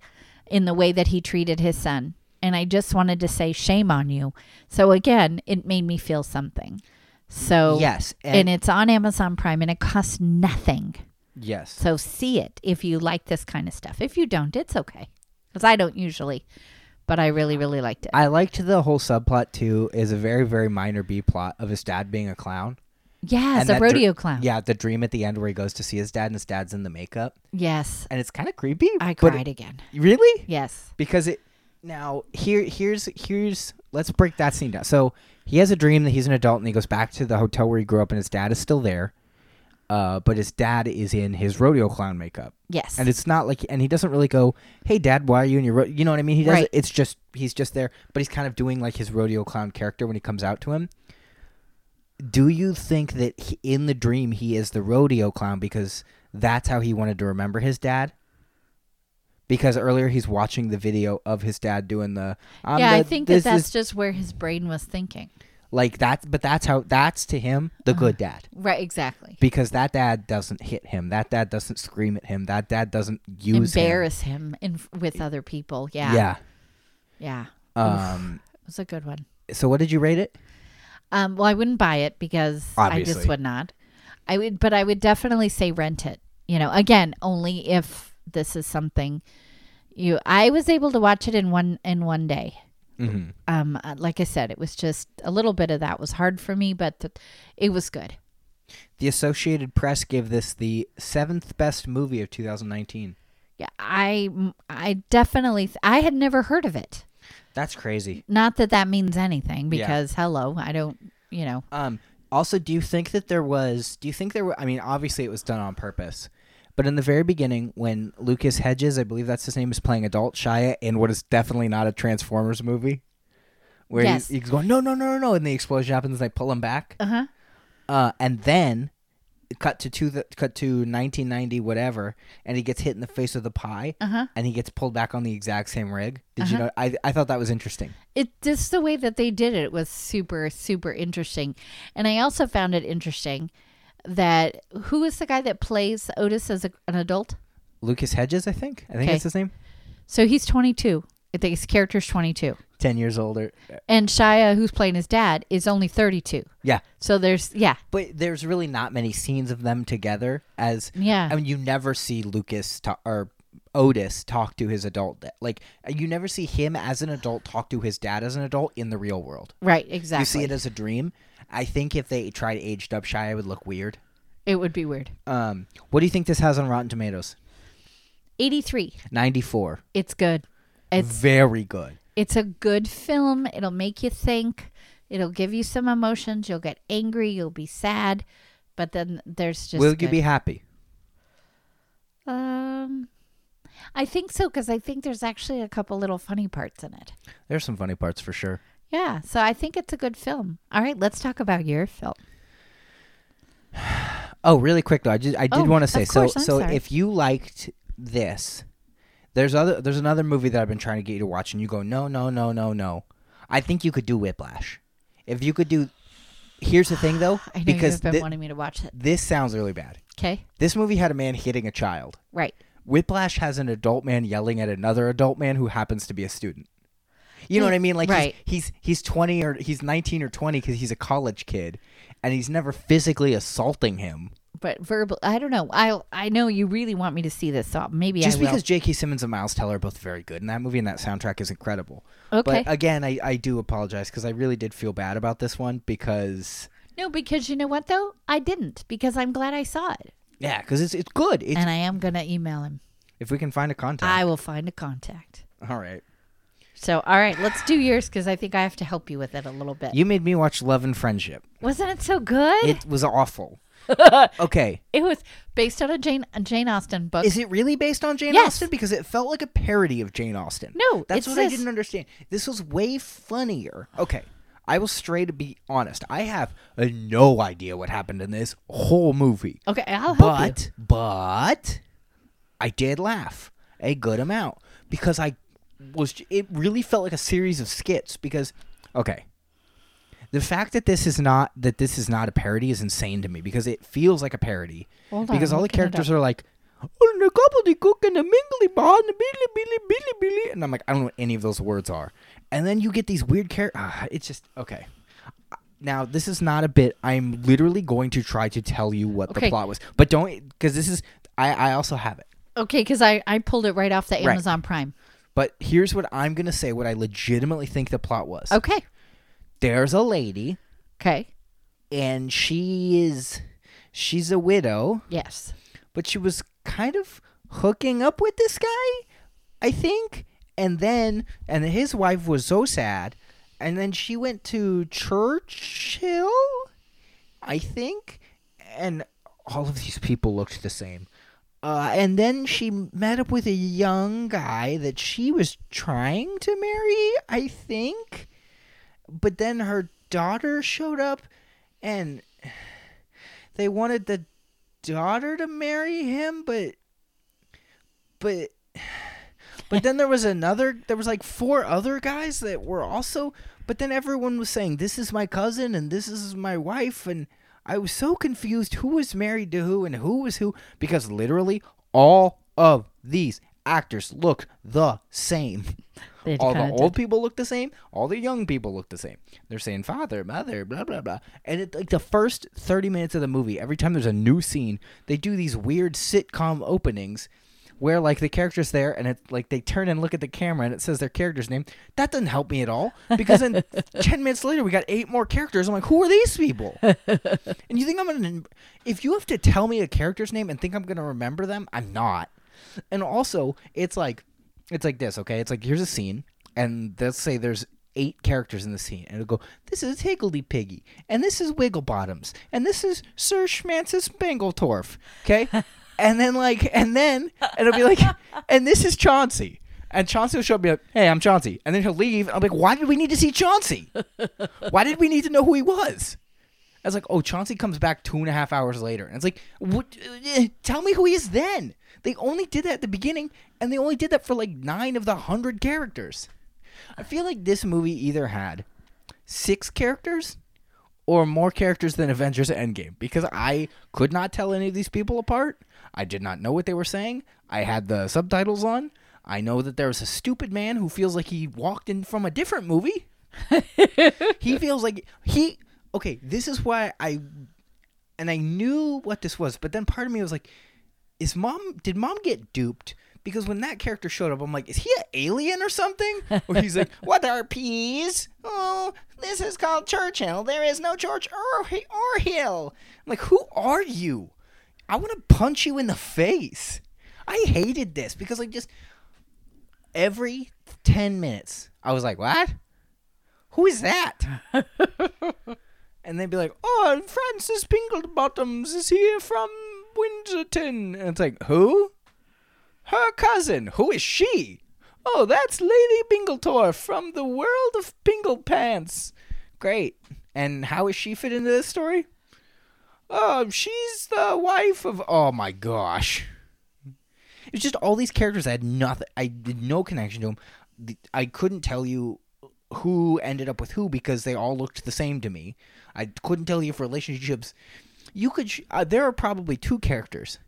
Speaker 2: in the way that he treated his son, and I just wanted to say shame on you. So again, it made me feel something. So
Speaker 1: yes,
Speaker 2: Oh. and,
Speaker 1: and,
Speaker 2: it's on Amazon Prime, and it costs nothing.
Speaker 1: yes,
Speaker 2: So see it if you like this kind of stuff. If you don't, it's okay because I don't usually, but I really really liked it.
Speaker 1: I liked the whole subplot too. Is a very very minor B plot of his dad being a clown.
Speaker 2: yes,
Speaker 1: and
Speaker 2: a
Speaker 1: that dr-
Speaker 2: rodeo clown.
Speaker 1: Yeah, the dream at the end where he goes to see his dad and his dad's in the makeup,
Speaker 2: Yes,
Speaker 1: and it's kind of creepy.
Speaker 2: I
Speaker 1: but
Speaker 2: cried again.
Speaker 1: it- really?
Speaker 2: Yes.
Speaker 1: because it now here here's here's let's break that scene down. So he has a dream that he's an adult and he goes back to the hotel where he grew up and his dad is still there, uh, but his dad is in his rodeo clown makeup
Speaker 2: Yes.
Speaker 1: and it's not like and he doesn't really go, hey dad, why are you in your ro-? you know what I mean? He does
Speaker 2: Right.
Speaker 1: not it's just he's just there, but he's kind of doing like his rodeo clown character when he comes out to him. Do you think that he, in the dream he is the rodeo clown because that's how he wanted to remember his dad? Because earlier he's watching the video of his dad doing the I'm
Speaker 2: yeah, I
Speaker 1: the-
Speaker 2: think
Speaker 1: this
Speaker 2: that that's
Speaker 1: is
Speaker 2: just where his brain was thinking.
Speaker 1: like that, but that's how that's to him the good
Speaker 2: Uh-huh.
Speaker 1: dad
Speaker 2: Right, exactly.
Speaker 1: because that dad doesn't hit him, that dad doesn't scream at him, that dad doesn't use him.
Speaker 2: Embarrass him in with other people. Yeah, yeah,
Speaker 1: Yeah. Um,
Speaker 2: It was a good one.
Speaker 1: so what did you rate it?
Speaker 2: Um, well, I wouldn't buy it because I
Speaker 1: Obviously.
Speaker 2: just would not. I would, but I would definitely say rent it. You know, again, only if this is something you. I was able to watch it in one in one day.
Speaker 1: Mm-hmm.
Speaker 2: Um, uh, like I said, it was just a little bit of that was hard for me, but th- it was good.
Speaker 1: The Associated Press gave this the seventh best movie of 2019.
Speaker 2: Yeah, I I definitely I had never heard of it.
Speaker 1: That's crazy.
Speaker 2: not that that means anything
Speaker 1: Yeah.
Speaker 2: because hello i don't you know
Speaker 1: Um, also, do you think that there was? Do you think there were? I mean, obviously it was done on purpose, but in the very beginning, when Lucas Hedges, I believe that's his name, is playing adult Shia in what is definitely not a Transformers movie, where
Speaker 2: Yes.
Speaker 1: he's, he's going no, no, no, no, no, and the explosion happens, and they pull him back.
Speaker 2: uh-huh
Speaker 1: Uh, and then cut to two the, cut to 1990 whatever, and he gets hit in the face with a pie,
Speaker 2: Uh-huh.
Speaker 1: and he gets pulled back on the exact same rig. Did you know? I I thought that was interesting.
Speaker 2: It just the way that they did it was super super interesting, and I also found it interesting that who is the guy that plays Otis as a, an adult?
Speaker 1: Lucas Hedges, I think. I think
Speaker 2: Okay.
Speaker 1: that's his name.
Speaker 2: So he's 22. I think his character's 22,
Speaker 1: Ten years older.
Speaker 2: and Shia, who's playing his dad, is only 32.
Speaker 1: Yeah,
Speaker 2: So there's yeah
Speaker 1: but there's really not many scenes of them together. As
Speaker 2: yeah
Speaker 1: I mean, you never see Lucas ta- or Otis talk to his adult. da- Like you never see him as an adult talk to his dad as an adult in the real world.
Speaker 2: right exactly.
Speaker 1: You see it as a dream. I think if they tried aged up Shia, it would look weird.
Speaker 2: it would be weird.
Speaker 1: Um, what do you think this has on Rotten Tomatoes?
Speaker 2: 83.
Speaker 1: Ninety four.
Speaker 2: It's good. It's
Speaker 1: Very good.
Speaker 2: it's a good film. It'll make you think. It'll give you some emotions. You'll get angry. You'll be sad. But then there's just
Speaker 1: Will you
Speaker 2: good-
Speaker 1: be happy?
Speaker 2: Um, I think so because I think there's actually a couple little funny parts in it.
Speaker 1: There's some funny parts for sure.
Speaker 2: Yeah, so I think it's a good film. All right, let's talk about your film.
Speaker 1: Oh, really quick though, I just I did
Speaker 2: Oh,
Speaker 1: want to
Speaker 2: of
Speaker 1: say so.
Speaker 2: course, I'm
Speaker 1: so
Speaker 2: sorry.
Speaker 1: if you liked this, there's other there's another movie that I've been trying to get you to watch, and you go no no no no no. I think you could do Whiplash. If you could do, here's the thing though,
Speaker 2: <sighs> I know
Speaker 1: because
Speaker 2: you've been
Speaker 1: thi-
Speaker 2: wanting me to watch it.
Speaker 1: this sounds really bad.
Speaker 2: Okay,
Speaker 1: This movie had a man hitting a child.
Speaker 2: right.
Speaker 1: Whiplash has an adult man yelling at another adult man who happens to be a student. You know what I mean? Like
Speaker 2: Right.
Speaker 1: he's, he's he's twenty or he's nineteen or twenty because he's a college kid, and he's never physically assaulting him.
Speaker 2: But verbal, I don't know. I I know you really want me to see this, so maybe
Speaker 1: Just
Speaker 2: I will.
Speaker 1: because J.K. Simmons and Miles Teller are both very good in that movie, and that soundtrack is incredible.
Speaker 2: Okay.
Speaker 1: But again, I, I do apologize because I really did feel bad about this one because
Speaker 2: no, because you know what though, I didn't because I'm glad I saw it,
Speaker 1: yeah, because it's it's good. It's,
Speaker 2: and I am gonna email him.
Speaker 1: if we can find a
Speaker 2: I
Speaker 1: contact,
Speaker 2: will find a contact.
Speaker 1: all right.
Speaker 2: So, all right, let's do yours because I think I have to help you with it a little bit.
Speaker 1: You made me watch Love and Friendship.
Speaker 2: Wasn't it so good? It,
Speaker 1: It was awful.
Speaker 2: <laughs>
Speaker 1: okay,
Speaker 2: was based on a Jane a Jane Austen book.
Speaker 1: is it really based on Jane
Speaker 2: Yes.
Speaker 1: Austen? Because it felt like a parody of Jane Austen.
Speaker 2: No,
Speaker 1: that's
Speaker 2: it's
Speaker 1: what I
Speaker 2: this-
Speaker 1: didn't understand. This was way funnier. Okay, I will straight be honest. I have uh, no idea what happened in this whole movie.
Speaker 2: okay, I'll help you.
Speaker 1: but but I did laugh a good amount because I was it really felt like a series of skits because okay the fact that this is not that this is not a parody is insane to me because it feels like a parody
Speaker 2: Hold on,
Speaker 1: because
Speaker 2: I'm
Speaker 1: all the
Speaker 2: looking it
Speaker 1: characters are like "Oh, and a gobbledygook and a mingly bar and a billy billy billy billy and I'm like I don't know what any of those words are and then you get these weird characters ah, it's just okay now this is not a bit i'm literally going to try to tell you what the
Speaker 2: Okay.
Speaker 1: plot was but don't because this is i i also have it
Speaker 2: Okay, because I, I pulled it right off the
Speaker 1: Right.
Speaker 2: Amazon Prime.
Speaker 1: but here's what i'm going to say what i legitimately think the plot was
Speaker 2: Okay.
Speaker 1: there's a lady
Speaker 2: Okay.
Speaker 1: and she is she's a widow
Speaker 2: Yes.
Speaker 1: but she was kind of hooking up with this guy i think and then and his wife was so sad and then she went to churchill i think and all of these people looked the same uh, and then she met up with a young guy that she was trying to marry i think but then her daughter showed up and they wanted the daughter to marry him but but but then there was another there was like four other guys that were also but then everyone was saying this is my cousin and this is my wife and i was so confused who was married to who and who was who because literally all of these actors looked the same
Speaker 2: They
Speaker 1: all the
Speaker 2: kinda
Speaker 1: old people look the same. All the young people look the same. They're saying father, mother, blah blah blah. And it, like the first thirty minutes of the movie, every time there's a new scene, they do these weird sitcom openings, where like the character's there, and it like they turn and look at the camera, and it says their character's name. That doesn't help me at all because then ten minutes later we got eight more characters. I'm like, who are these people? and you think I'm gonna? If you have to tell me a character's name and think I'm gonna remember them, I'm not. And also, it's like it's like this, okay? It's like here's a scene, and let's say there's eight characters in the scene, and it'll go, This is Higgledy Piggy, and this is Wiggle Bottoms, and this is Sir Schmancis Bangletorf. Okay? and then like and then and it'll be like <laughs> and this is Chauncey. And Chauncey will show up and be like, Hey, I'm Chauncey. And then he'll leave. and I'll be like, Why did we need to see Chauncey? Why did we need to know who he was? was like, oh, Chauncey comes back two and a half hours later, and it's like, what? eh, Tell me who he is then. They only did that at the beginning, and they only did that for like nine of the hundred characters. I feel like this movie either had six characters or more characters than Avengers Endgame because I could not tell any of these people apart. I did not know what they were saying. I had the subtitles on. I know that there was a stupid man who feels like he walked in from a different movie. he feels like he okay, this is why I and I knew what this was, but then part of me was like is mom did mom get duped? Because when that character showed up, I'm like, is he an alien or something? Or he's like, what are peas? Oh, this is called Churchill. There is no George or- Orhill. I'm like, who are you? I want to punch you in the face. I hated this because like just every 10 minutes, I was like, what? Who is that? <laughs> and they'd be like, oh, Francis Pinklebottoms is here from Winterton. And it's like, who? Her cousin. Who is she? Oh, that's Lady Bingletor from the world of Pingle Pants. Great. And how is she fit into this story? Oh, she's the wife of. Oh my gosh. It's just all these characters. I had nothing. I did no connection to them. The- I couldn't tell you who ended up with who because they all looked the same to me. I couldn't tell you if relationships. You could. sh- Uh, there are probably two characters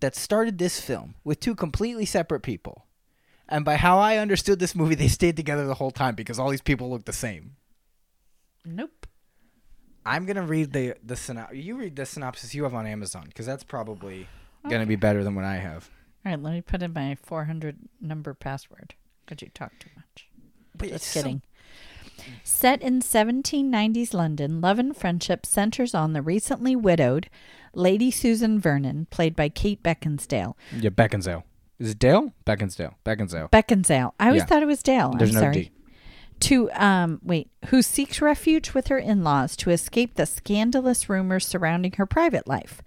Speaker 1: that started this film with two completely separate people, and by how I understood this movie, they stayed together the whole time because all these people looked the same.
Speaker 2: Nope.
Speaker 1: I'm gonna read the the synopsis. You read the synopsis you have on Amazon because that's probably gonna be better than what I have.
Speaker 2: All right, let me put in my 400 number password. Could you talk too much?
Speaker 1: But
Speaker 2: Just kidding. Set in 1790s London, love and friendship centers on the recently widowed Lady Susan Vernon, played by Kate Beckinsdale.
Speaker 1: yeah, Beckinsale. Is it Dale? Beckinsdale. Beckinsale.
Speaker 2: Beckinsale. I always
Speaker 1: Yeah.
Speaker 2: thought it was Dale.
Speaker 1: There's
Speaker 2: I'm
Speaker 1: no
Speaker 2: sorry.
Speaker 1: D.
Speaker 2: To um wait, who seeks refuge with her in-laws to escape the scandalous rumors surrounding her private life.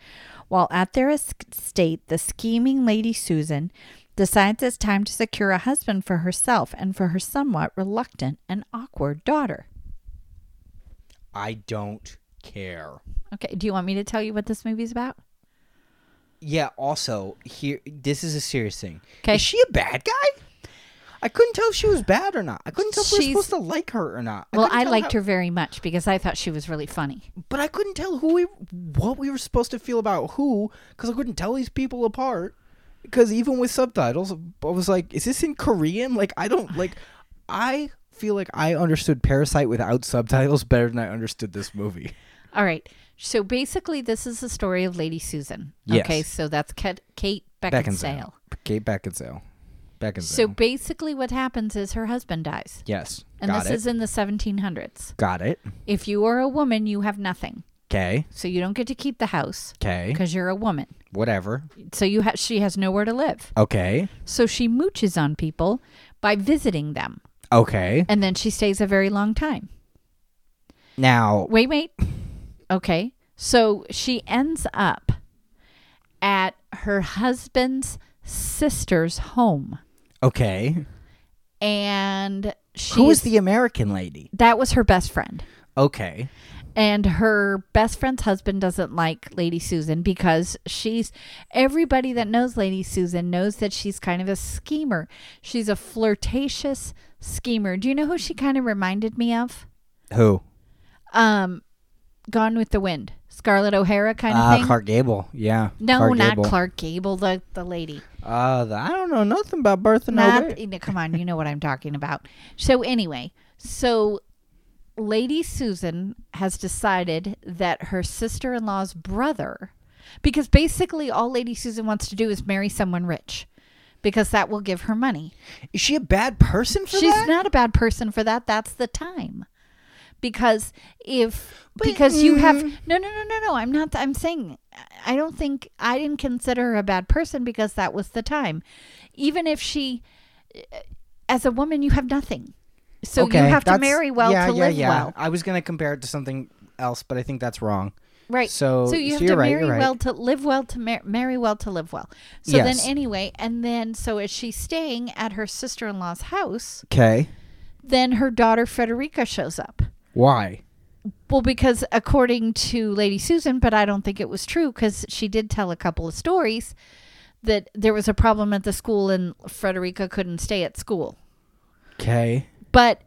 Speaker 2: While at their estate, the scheming Lady Susan decides it's time to secure a husband for herself and for her somewhat reluctant and awkward daughter.
Speaker 1: I don't care.
Speaker 2: Okay, do you want me to tell you what this movie's about?
Speaker 1: Yeah. Also, here, this is a serious thing.
Speaker 2: 'Kay.
Speaker 1: Is she a bad guy? I couldn't tell if she was bad or not. I couldn't tell if we
Speaker 2: She's-
Speaker 1: were supposed to like her or not.
Speaker 2: Well,
Speaker 1: couldn't
Speaker 2: I
Speaker 1: tell
Speaker 2: liked
Speaker 1: how-
Speaker 2: her very much because I thought she was really funny.
Speaker 1: but I couldn't tell who we, what we were supposed to feel about who, because I couldn't tell these people apart. Because even with subtitles, I was like, "Is this in Korean?" Like, I don't like. I feel like I understood Parasite without subtitles better than I understood this movie.
Speaker 2: All right. So basically, this is the story of Lady Susan.
Speaker 1: Yes.
Speaker 2: Okay, so that's Kat- Kate Beckinsale.
Speaker 1: Kate Beckinsale, Beckinsale.
Speaker 2: So basically, what happens is her husband dies,
Speaker 1: yes,
Speaker 2: and
Speaker 1: got
Speaker 2: this
Speaker 1: it.
Speaker 2: is in the 1700s.
Speaker 1: got it.
Speaker 2: If you are a woman, you have nothing,
Speaker 1: Okay,
Speaker 2: so you don't get to keep the house
Speaker 1: okay,
Speaker 2: because you're a woman.
Speaker 1: whatever.
Speaker 2: So you ha- she has nowhere to live.
Speaker 1: Okay,
Speaker 2: So she mooches on people by visiting them,
Speaker 1: okay.
Speaker 2: and then she stays a very long time.
Speaker 1: Now,
Speaker 2: Wait, wait. Okay. So she ends up at her husband's sister's home.
Speaker 1: okay.
Speaker 2: And she
Speaker 1: Who is the American lady?
Speaker 2: that was her best friend.
Speaker 1: Okay,
Speaker 2: And her best friend's husband doesn't like Lady Susan because she's everybody that knows Lady Susan knows that she's kind of a schemer. She's a flirtatious schemer. Do you know who she kind of reminded me of?
Speaker 1: who?
Speaker 2: Um Gone with the Wind. Scarlett O'Hara kind of
Speaker 1: Ah,
Speaker 2: thing.
Speaker 1: Clark Gable. Yeah.
Speaker 2: No,
Speaker 1: Clark
Speaker 2: not
Speaker 1: Gable.
Speaker 2: Clark Gable, the, the lady.
Speaker 1: Uh, th- I don't know nothing about birth and
Speaker 2: not
Speaker 1: obey.
Speaker 2: no, come on, you know what I'm talking about. So anyway, so Lady Susan has decided that her sister-in-law's brother because basically all Lady Susan wants to do is marry someone rich because that will give her money.
Speaker 1: Is she a bad person for
Speaker 2: She's
Speaker 1: that?
Speaker 2: not a bad person for that. That's the time. Because if because you have
Speaker 1: mm.
Speaker 2: no no no no no I'm not I'm saying I don't think I didn't consider her a bad person because that was the time. Even if she eh, as a woman you have nothing. So you have to
Speaker 1: that's-
Speaker 2: marry well
Speaker 1: yeah,
Speaker 2: to
Speaker 1: yeah,
Speaker 2: live
Speaker 1: yeah.
Speaker 2: well.
Speaker 1: I was gonna compare it to something else, but I think that's wrong.
Speaker 2: Right.
Speaker 1: So-
Speaker 2: you
Speaker 1: so
Speaker 2: have
Speaker 1: you're
Speaker 2: to
Speaker 1: right,
Speaker 2: marry
Speaker 1: you're right.
Speaker 2: well to live well to mar- marry well to live well. So
Speaker 1: Yes.
Speaker 2: then anyway, and then so as she's staying at her sister-in-law's house,
Speaker 1: Okay.
Speaker 2: then her daughter Frederica shows up.
Speaker 1: Why?
Speaker 2: Well, because according to Lady Susan, but I don't think it was true because she did tell a couple of stories that there was a problem at the school and Frederica couldn't stay at school.
Speaker 1: Okay.
Speaker 2: But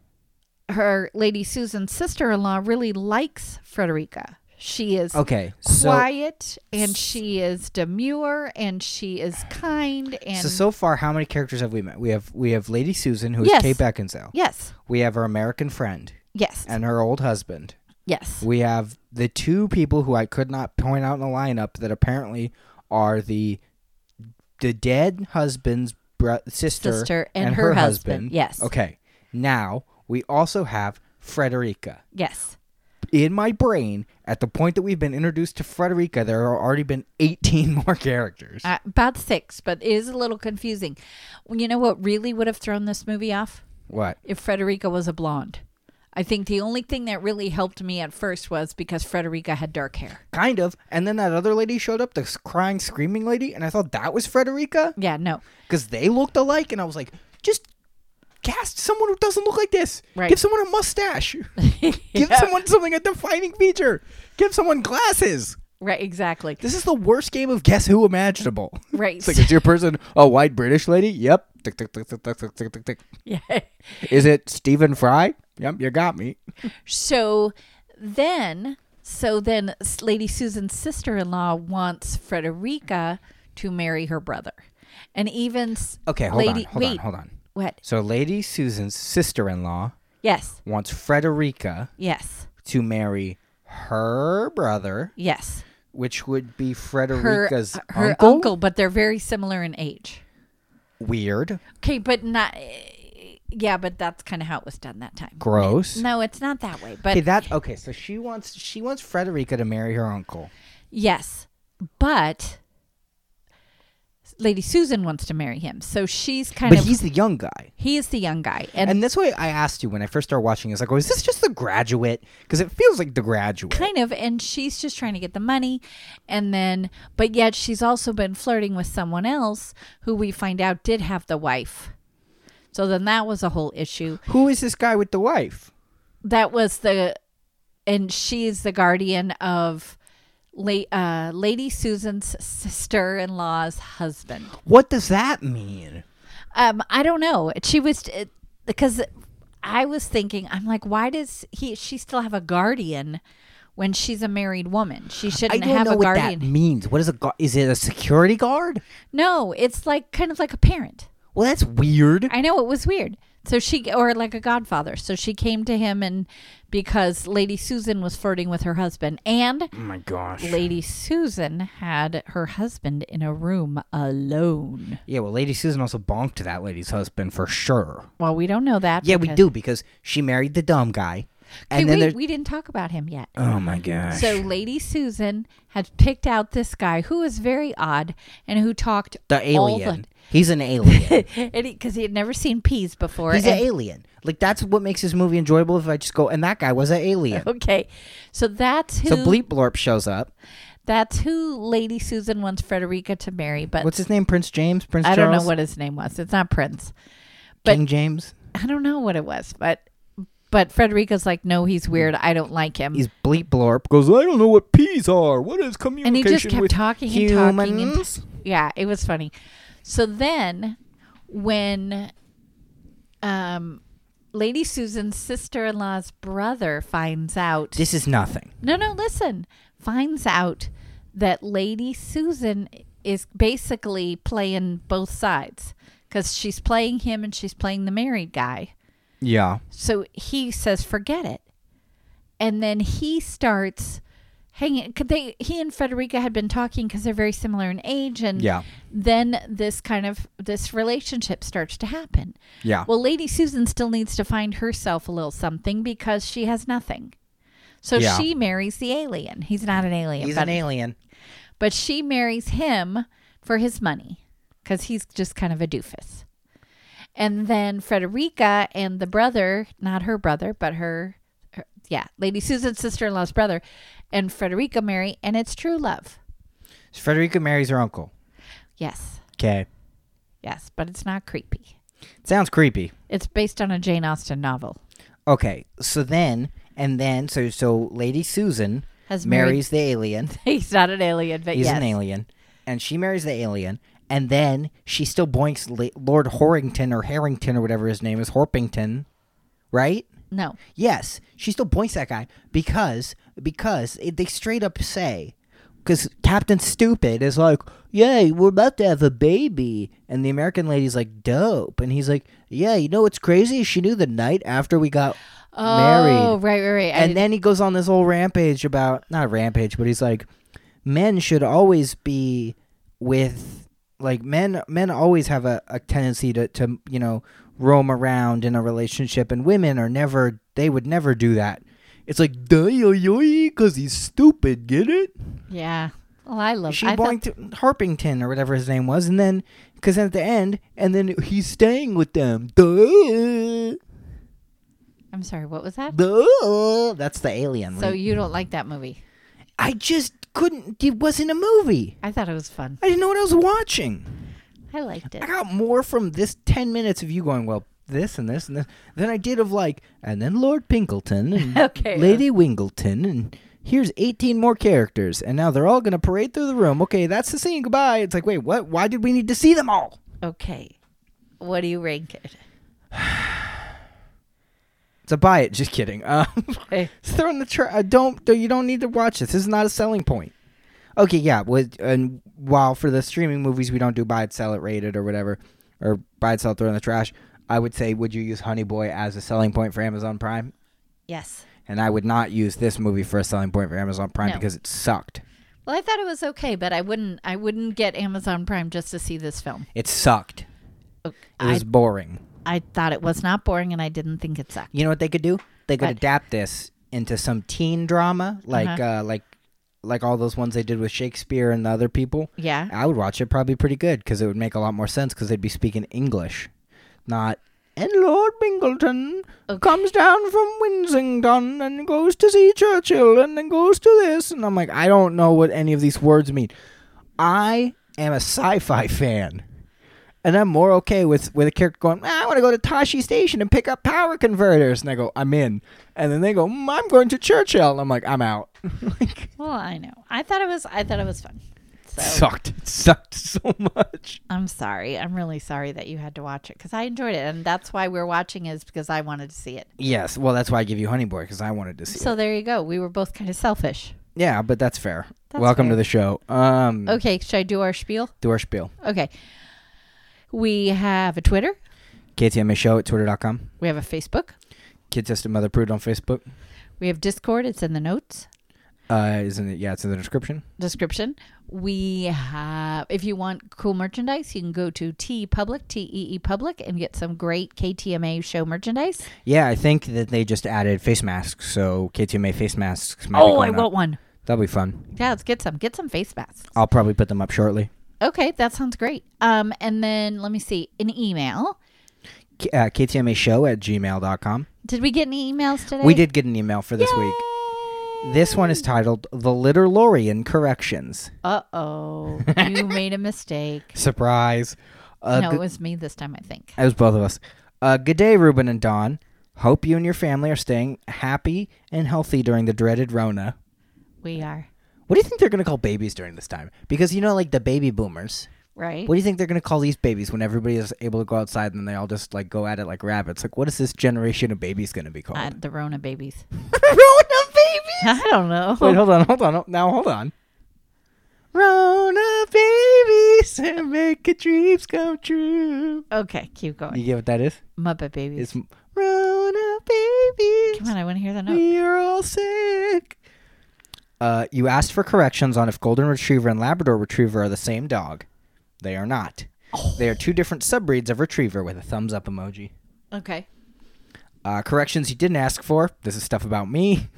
Speaker 2: her Lady Susan's sister in law really likes Frederica. She is
Speaker 1: Okay. So,
Speaker 2: quiet and she is demure and she is kind and
Speaker 1: so so far, how many characters have we met? We have we have Lady Susan, who is
Speaker 2: Yes.
Speaker 1: Kate Beckinsale.
Speaker 2: yes,
Speaker 1: We have her American friend
Speaker 2: yes,
Speaker 1: and her old husband.
Speaker 2: yes.
Speaker 1: We have the two people who I could not point out in the lineup that apparently are the the dead husband's bro- sister,
Speaker 2: Sister and her husband. Yes.
Speaker 1: Okay. Now we also have Frederica.
Speaker 2: Yes.
Speaker 1: In my brain, at the point that we've been introduced to Frederica, there have already been 18 <laughs> more characters.
Speaker 2: Uh, about six, but it is a little confusing. Well, You know what really would have thrown this movie off?
Speaker 1: what?
Speaker 2: If Frederica was a blonde. I think the only thing that really helped me at first was because Frederica had dark hair.
Speaker 1: Kind of. And then that other lady showed up, the s- crying, screaming lady, and I thought that was Frederica
Speaker 2: Yeah, no.
Speaker 1: because they looked alike, and I was like, just cast someone who doesn't look like this.
Speaker 2: Right.
Speaker 1: Give someone a
Speaker 2: <laughs>
Speaker 1: mustache. Give someone something a defining feature. Give someone glasses.
Speaker 2: Right, exactly.
Speaker 1: This is the worst game of guess who imaginable. <laughs>
Speaker 2: Right.
Speaker 1: It's like is your person a white British lady? Yep. Tick, tick, tick, tick, tick, tick, tick, tick, tick.
Speaker 2: <laughs> yeah.
Speaker 1: Is it Stephen Fry? Yep, you got me.
Speaker 2: So then, so then S- Lady Susan's sister in law wants Frederica to marry her brother. And even. s-
Speaker 1: Okay, hold
Speaker 2: Lady-
Speaker 1: on, hold on,
Speaker 2: wait.
Speaker 1: hold on.
Speaker 2: What?
Speaker 1: So, Lady Susan's sister-in-law
Speaker 2: Yes,
Speaker 1: wants Frederica
Speaker 2: yes,
Speaker 1: to marry her brother,
Speaker 2: yes.
Speaker 1: which would be
Speaker 2: Her,
Speaker 1: Frederica's
Speaker 2: her
Speaker 1: uncle.
Speaker 2: uncle, but they're very similar in age.
Speaker 1: Weird,
Speaker 2: Okay, but not. eh, Yeah, but that's kind of how it was done that time.
Speaker 1: gross.
Speaker 2: No, it's not that way. But
Speaker 1: Okay, that okay. So she wants she wants Frederica to marry her uncle.
Speaker 2: yes, but Lady Susan wants to marry him, so she's kind
Speaker 1: but
Speaker 2: of
Speaker 1: he's the young guy.
Speaker 2: he is the young guy, and,
Speaker 1: And that's why I asked you when I first started watching. Is like, oh, is this just The Graduate? Because it feels like The Graduate.
Speaker 2: kind of, and she's just trying to get the money, and then, but yet she's also been flirting with someone else who we find out did have the wife. So then that was a whole issue.
Speaker 1: Who is this guy with the wife?
Speaker 2: that was the and she's the guardian of La- uh, lady susan's sister-in-law's husband
Speaker 1: What does that mean?
Speaker 2: um i don't know she was it, because i was thinking i'm like why does he she still have a guardian when she's a married woman she
Speaker 1: I
Speaker 2: shouldn't
Speaker 1: don't
Speaker 2: have
Speaker 1: know
Speaker 2: a
Speaker 1: what
Speaker 2: guardian
Speaker 1: that means. What is a gu- is it a security guard?
Speaker 2: no it's like kind of like a parent
Speaker 1: Well, that's weird.
Speaker 2: i know it was weird so she or like a godfather so she came to him and because lady susan was flirting with her husband and
Speaker 1: oh my gosh.
Speaker 2: Lady Susan had her husband in a room alone.
Speaker 1: yeah, well, Lady Susan also bonked that lady's husband for sure.
Speaker 2: Well, we don't know that.
Speaker 1: Yeah, we
Speaker 2: because-
Speaker 1: do because she married the dumb guy,
Speaker 2: Hey,
Speaker 1: and then
Speaker 2: wait,
Speaker 1: there.
Speaker 2: we didn't talk about him yet.
Speaker 1: Oh my gosh.
Speaker 2: So, Lady Susan had picked out this guy who was very odd and who talked
Speaker 1: the
Speaker 2: all <laughs>
Speaker 1: alien. He's an alien.
Speaker 2: the because he had never seen peas before.
Speaker 1: He's an
Speaker 2: and-
Speaker 1: alien. Like that's what makes this movie enjoyable. If I just go, and that guy was an alien.
Speaker 2: <laughs> okay, so that's who
Speaker 1: So Bleep Blorp shows up.
Speaker 2: that's who Lady Susan wants Frederica to marry. But
Speaker 1: What's his name? Prince James. Prince
Speaker 2: Uh, I don't
Speaker 1: Charles.
Speaker 2: know what his name was. It's not Prince.
Speaker 1: King James.
Speaker 2: I don't know what it was, but but Frederica's like, no, he's weird. I don't like him.
Speaker 1: He's Bleep Blorp. Goes. I don't know what peas are. What is communication
Speaker 2: and he just kept
Speaker 1: with
Speaker 2: talking and talking and
Speaker 1: humans?
Speaker 2: yeah it was funny so then when um lady susan's sister-in-law's brother finds out
Speaker 1: This is nothing.
Speaker 2: no no listen finds out that lady susan is basically playing both sides because she's playing him and she's playing the married guy
Speaker 1: Yeah.
Speaker 2: so he says, "Forget it," and then he starts hanging. Cause they, he and Federica had been talking because they're very similar in age, and
Speaker 1: Yeah.
Speaker 2: Then this kind of this relationship starts to happen.
Speaker 1: Yeah.
Speaker 2: Well, Lady Susan still needs to find herself a little something because she has nothing. So
Speaker 1: Yeah.
Speaker 2: she marries the alien. He's not an alien,
Speaker 1: He's
Speaker 2: but,
Speaker 1: an alien.
Speaker 2: but she marries him for his money because he's just kind of a doofus. And then Frederica and the brother, not her brother, but her, her yeah, Lady Susan's sister in law's brother, and Frederica marry, and it's true love.
Speaker 1: Frederica marries her uncle.
Speaker 2: Yes,
Speaker 1: Okay.
Speaker 2: yes, but it's not creepy.
Speaker 1: Sounds creepy.
Speaker 2: It's based on a Jane Austen novel.
Speaker 1: Okay. So then And then so so Lady Susan
Speaker 2: Has married-
Speaker 1: marries the alien.
Speaker 2: <laughs> He's not an alien, but
Speaker 1: He's
Speaker 2: yes.
Speaker 1: an alien, and she marries the alien. And then she still boinks La- Lord Horrington or Harrington or whatever his name is, Horpington, right?
Speaker 2: No.
Speaker 1: Yes, she still points that guy because because it, they straight up say because Captain Stupid is like, "Yay, we're about to have a baby," and the American lady's like, "Dope," and he's like, "Yeah, you know what's crazy? She knew the night after we got
Speaker 2: Oh,
Speaker 1: married."
Speaker 2: right, right, right. I
Speaker 1: And
Speaker 2: did-
Speaker 1: then he goes on this whole rampage about not a rampage, but he's like, "Men should always be with." Like men, men always have a, a tendency to, to you know roam around in a relationship, and women are never they would never do that. It's like duh, yo, yo, because he's stupid. Get it?
Speaker 2: yeah. Well, I love.
Speaker 1: she
Speaker 2: Um, I thought,
Speaker 1: boinked Harpington or whatever his name was, and then because at the end, and then he's staying with them. Duh,
Speaker 2: I'm sorry. What was that?
Speaker 1: duh. That's the alien.
Speaker 2: So
Speaker 1: right?
Speaker 2: you don't like that movie?
Speaker 1: I just couldn't. It wasn't a movie.
Speaker 2: I thought it was fun.
Speaker 1: I didn't know what I was watching.
Speaker 2: I liked it.
Speaker 1: I got more from this ten minutes of you going well. This and this and this than I did of like, and then Lord Pinkleton and
Speaker 2: Okay.
Speaker 1: Lady Wingleton and here's 18 more characters and now they're all gonna parade through the room. Okay, that's the scene. Goodbye. It's like, wait, what? Why did we need to see them all?
Speaker 2: Okay. What do you rank it?
Speaker 1: So buy it. Just kidding. <laughs> Um,
Speaker 2: Hey.
Speaker 1: it's throw in the trash. Uh, don't you don't need to watch this. This is not a selling point. Okay, yeah. With and while for the streaming movies we don't do buy it, sell it, rated or whatever, or buy it, sell it, throw in the trash. I would say, would you use Honey Boy as a selling point for Amazon Prime?
Speaker 2: Yes.
Speaker 1: And I would not use this movie for a selling point for Amazon Prime
Speaker 2: No.
Speaker 1: because it sucked.
Speaker 2: Well, I thought it was okay, but I wouldn't. I wouldn't get Amazon Prime just to see this film.
Speaker 1: It sucked.
Speaker 2: Okay.
Speaker 1: Oh, It was boring.
Speaker 2: I, I thought it was not boring, and I didn't think it sucked.
Speaker 1: You know what they could do? They could
Speaker 2: What?
Speaker 1: adapt this into some teen drama, like
Speaker 2: Uh-huh.
Speaker 1: uh like like all those ones they did with Shakespeare and the other people.
Speaker 2: Yeah.
Speaker 1: I would watch it probably pretty good because it would make a lot more sense because they'd be speaking English, not. And Lord Bingleton
Speaker 2: Okay.
Speaker 1: comes down from Winsington and goes to see Churchill and then goes to this. And I'm like, I don't know what any of these words mean. I am a sci fi fan. And I'm more okay with, with a character going, "Ah, I want to go to Tashi Station and pick up power converters. And I go, I'm in. And then they go, "Mm, I'm going to Churchill. And I'm like, I'm out. <laughs> like,
Speaker 2: Well, I know. I thought it was. I thought it was fun. So
Speaker 1: Sucked. It sucked so much.
Speaker 2: I'm sorry. I'm really sorry that you had to watch it because I enjoyed it, and that's why we're watching is because I wanted to see it.
Speaker 1: Yes, well, that's why I give you Honey Boy because I wanted to see. it.
Speaker 2: So there you go. We were both kind of selfish.
Speaker 1: Yeah, but that's fair.
Speaker 2: That's
Speaker 1: Welcome to
Speaker 2: fair.
Speaker 1: the show. Um, okay.
Speaker 2: Okay, should I do our spiel?
Speaker 1: do our spiel.
Speaker 2: Okay. We have a Twitter.
Speaker 1: KTMA show at twitter.com.
Speaker 2: We have a Facebook.
Speaker 1: Kid Sister Mother Prude on Facebook.
Speaker 2: We have Discord. It's in the notes
Speaker 1: Uh, isn't it? Yeah, it's in the description.
Speaker 2: description. We have, if you want cool merchandise, you can go to T Public, T E E Public, and get some great KTMA show merchandise.
Speaker 1: Yeah, I think that they just added face masks, so KTMA face masks. Might be
Speaker 2: Oh, I
Speaker 1: going up.
Speaker 2: want one.
Speaker 1: That'll be fun.
Speaker 2: Yeah, let's get some. Get some face masks.
Speaker 1: I'll probably put them up shortly.
Speaker 2: Okay, that sounds great. Um, and then let me see an email.
Speaker 1: K- uh, KTMA show at gmail.com.
Speaker 2: Did we get any emails today?
Speaker 1: We did get an email for this week. This one is titled The Litterlorian Corrections.
Speaker 2: Uh
Speaker 1: <laughs>
Speaker 2: oh, you made a mistake.
Speaker 1: Surprise. Uh,
Speaker 2: no,
Speaker 1: g-
Speaker 2: it was me this time. I think.
Speaker 1: It was both of us. Uh, good day, Ruben and Don. Hope you and your family are staying happy and healthy during the dreaded Rona.
Speaker 2: We are
Speaker 1: What do you think they're going to call babies during this time? Because you know, like the baby boomers.
Speaker 2: right.
Speaker 1: What do you think they're going to call these babies when everybody is able to go outside and they all just like go at it like rabbits? Like, what is this generation of babies going to be
Speaker 2: Uh,
Speaker 1: called?
Speaker 2: the Rona babies. <laughs>
Speaker 1: <laughs> Rona baby.
Speaker 2: I don't know.
Speaker 1: Wait, hold on, hold on. Now, hold on. Rona babies <laughs> and make your dreams come true.
Speaker 2: Okay, keep
Speaker 1: You
Speaker 2: going.
Speaker 1: get what that is?
Speaker 2: Muppet
Speaker 1: It's
Speaker 2: babies.
Speaker 1: Rona babies.
Speaker 2: Come on, I want to hear the note.
Speaker 1: We are all sick. Uh, you asked for corrections on if Golden Retriever and Labrador Retriever are the same dog. They are not.
Speaker 2: Oh.
Speaker 1: They are two different subbreeds of Retriever with a thumbs up emoji.
Speaker 2: Okay.
Speaker 1: Uh, corrections you didn't ask for. This is stuff about me.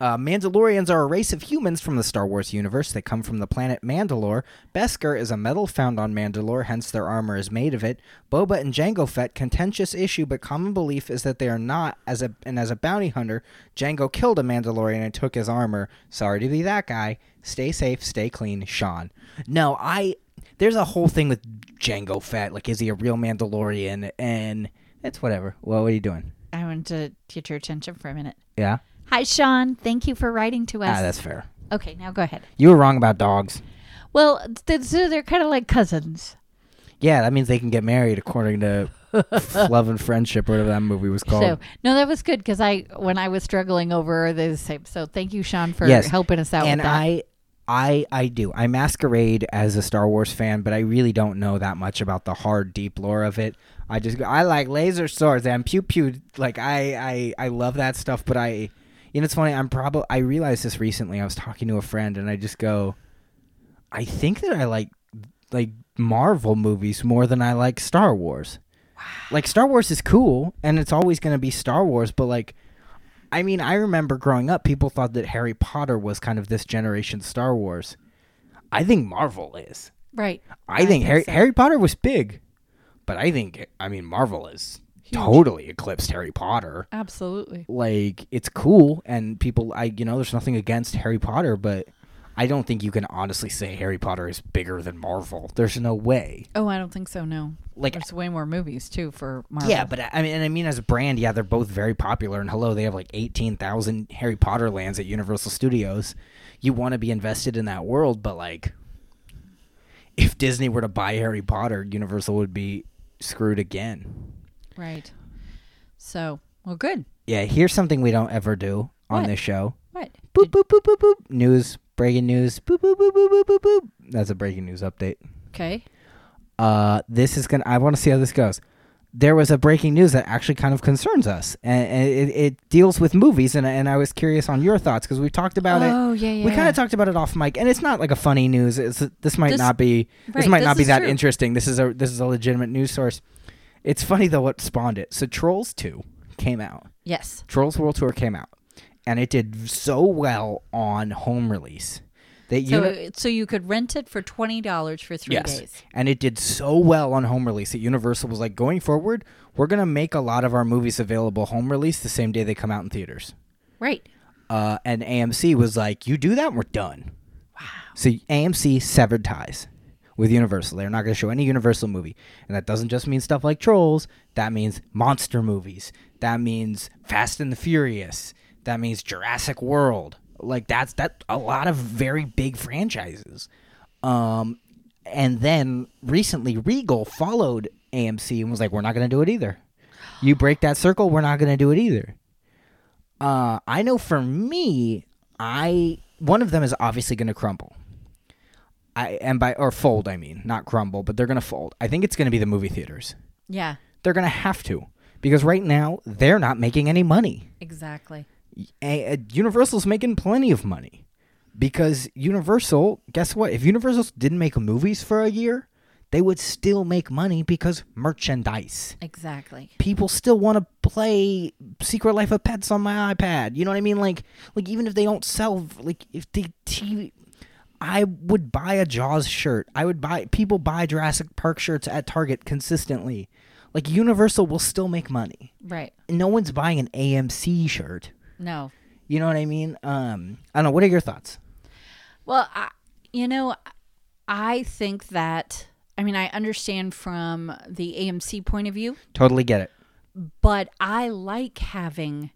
Speaker 1: Uh, Mandalorians are a race of humans from the Star Wars universe. They come from the planet Mandalore. Beskar is a metal found on Mandalore, hence their armor is made of it. Boba and Jango Fett, contentious issue, but common belief is that they are not. As a and as a bounty hunter, Jango killed a Mandalorian and took his armor. Sorry to be that guy. Stay safe, stay clean, Sean. No, I. There's a whole thing with Jango Fett. Like, is he a real Mandalorian? And it's whatever. Well, what are you doing?
Speaker 2: I want to get your attention for a minute.
Speaker 1: Yeah.
Speaker 2: Hi, Sean. Thank you for writing to us.
Speaker 1: Ah, that's fair.
Speaker 2: okay, now go ahead.
Speaker 1: You were wrong about dogs.
Speaker 2: Well, th- so they're kind of like cousins.
Speaker 1: Yeah, that means they can get married according to Love and Friendship, or whatever that movie was called.
Speaker 2: So no, that was good because I when I was struggling over the same. So thank you, Sean, for
Speaker 1: Yes.
Speaker 2: helping us out.
Speaker 1: and
Speaker 2: with that.
Speaker 1: I, I, I do. I masquerade as a Star Wars fan, but I really don't know that much about the hard, deep lore of it. I just, go, I like laser swords and pew pew. Like I, I, I love that stuff. But I, you know, it's funny. I'm probably. I realized this recently. I was talking to a friend, and I just go, I think that I like, like Marvel movies more than I like Star Wars. Like Star Wars is cool, and it's always going to be Star Wars. But like, I mean, I remember growing up, people thought that Harry Potter was kind of this generation's Star Wars. I think Marvel is.
Speaker 2: right.
Speaker 1: I, think,
Speaker 2: think
Speaker 1: Harry,
Speaker 2: so.
Speaker 1: Harry Potter was big, but I think I mean Marvel is totally eclipsed Harry Potter.
Speaker 2: Absolutely.
Speaker 1: Like it's cool, and people, I you know, there's nothing against Harry Potter, but I don't think you can honestly say Harry Potter is bigger than Marvel. There's no way.
Speaker 2: Oh, I don't think so. No.
Speaker 1: Like
Speaker 2: There's way more movies too for Marvel.
Speaker 1: Yeah, but uh, I- I mean, and I mean as a brand, yeah, they're both very popular. And hello, they have like eighteen thousand Harry Potter lands at Universal Studios. You want to be invested in that world, but like, if Disney were to buy Harry Potter, Universal would be screwed again.
Speaker 2: right. So well, good.
Speaker 1: Yeah, here's something we don't ever do on
Speaker 2: What?
Speaker 1: this show.
Speaker 2: What?
Speaker 1: Boop boop boop boop boop. News, breaking news. Boop boop boop boop boop boop boop. That's a breaking news update.
Speaker 2: Okay.
Speaker 1: uh, this is gonna. I want to see how this goes. There was a breaking news that actually kind of concerns us, and, and it, it deals with movies. and And I was curious on your thoughts because we've talked about it.
Speaker 2: oh yeah, yeah.
Speaker 1: We kind
Speaker 2: yeah.
Speaker 1: of talked about it off mic, and it's not like a funny news. It's, this might
Speaker 2: This-
Speaker 1: not be. This
Speaker 2: right,
Speaker 1: might
Speaker 2: this
Speaker 1: not be
Speaker 2: is
Speaker 1: that
Speaker 2: true.
Speaker 1: interesting. This is a this is a legitimate news source. It's funny though what spawned it. So Trolls Two came out.
Speaker 2: Yes.
Speaker 1: Trolls World Tour came out, and it did so well on home release that you
Speaker 2: So so you could rent it for twenty dollars for three days.
Speaker 1: and it did so well on home release that Universal was like, going forward, we're going to make a lot of our movies available home release the same day they come out in theaters.
Speaker 2: Right.
Speaker 1: Uh, and AMC was like, you do that, we're done. Wow. So AMC severed ties with Universal. They're not going to show any Universal movie. And that doesn't just mean stuff like Trolls, that means monster movies, that means Fast and the Furious, that means Jurassic World. Like that's that a lot of very big franchises. Um, and then recently, Regal followed AMC and was like, "We're not going to do it either. You break that circle, we're not going to do it either." Uh, I know for me, I one of them is obviously going to crumble. I and by or fold, I mean not crumble, but they're going to fold. I think it's going to be the movie theaters.
Speaker 2: Yeah.
Speaker 1: They're going to have to because right now they're not making any money
Speaker 2: Exactly.
Speaker 1: a, a- Universal's making plenty of money because Universal, guess what? If Universal didn't make movies for a year, they would still make money because merchandise.
Speaker 2: Exactly.
Speaker 1: People still want to play Secret Life of Pets on my iPad. You know what I mean? Like, like even if they don't sell, like if they TV, I would buy a Jaws shirt. I would buy people buy Jurassic Park shirts at Target consistently. Like Universal will still make money.
Speaker 2: Right.
Speaker 1: No one's buying an AMC shirt.
Speaker 2: No.
Speaker 1: You know what I mean? Um, I don't know. What are your thoughts?
Speaker 2: Well, I, you know, I think that I mean I understand from the AMC point of view,
Speaker 1: Totally get it.
Speaker 2: but I like having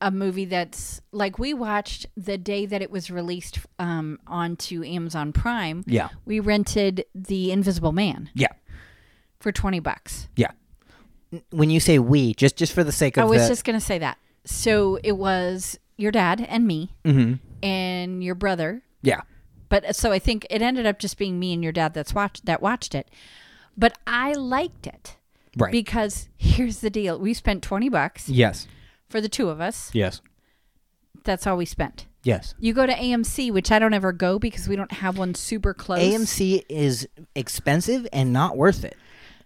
Speaker 2: a movie that's like we watched the day that it was released um, onto Amazon Prime.
Speaker 1: Yeah.
Speaker 2: We rented The Invisible Man
Speaker 1: Yeah.
Speaker 2: for twenty bucks.
Speaker 1: Yeah. When you say we, just just for the sake of
Speaker 2: I was
Speaker 1: the,
Speaker 2: just gonna say that. So it was your dad and me
Speaker 1: Mhm.
Speaker 2: and your brother
Speaker 1: yeah,
Speaker 2: but so I think it ended up just being me and your dad that's watched that watched it. But I liked it
Speaker 1: right.
Speaker 2: because here's the deal: we spent twenty bucks
Speaker 1: yes.
Speaker 2: for the two of us.
Speaker 1: Yes.
Speaker 2: That's all we spent.
Speaker 1: Yes.
Speaker 2: You go to AMC, which I don't ever go because we don't have one super close.
Speaker 1: AMC is expensive and not worth it.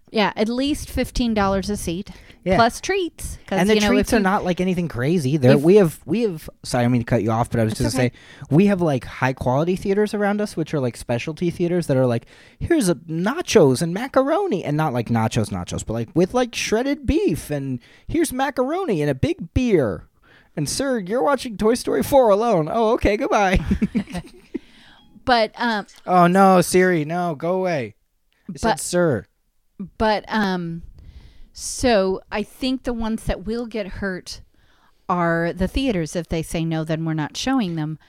Speaker 2: yeah, at least fifteen dollars a seat
Speaker 1: Yeah.
Speaker 2: plus treats. 'cause,
Speaker 1: And the
Speaker 2: you know, if
Speaker 1: treats are
Speaker 2: you-
Speaker 1: not like anything crazy. There, we have we have. Sorry, I don't mean to cut you off, but I was just gonna say we have like high quality theaters around us, which are like specialty theaters that are like here's a nachos and macaroni, and not like nachos nachos, but like with like shredded beef, and here's macaroni and a big beer. And sir, you're watching Toy Story 4 alone. Oh, okay,
Speaker 2: <laughs>
Speaker 1: goodbye.
Speaker 2: But um,
Speaker 1: oh no, Siri, no, go away. I said,
Speaker 2: But-
Speaker 1: sir.
Speaker 2: but um, so I think the ones that will get hurt are the theaters. If they say no, then we're not showing them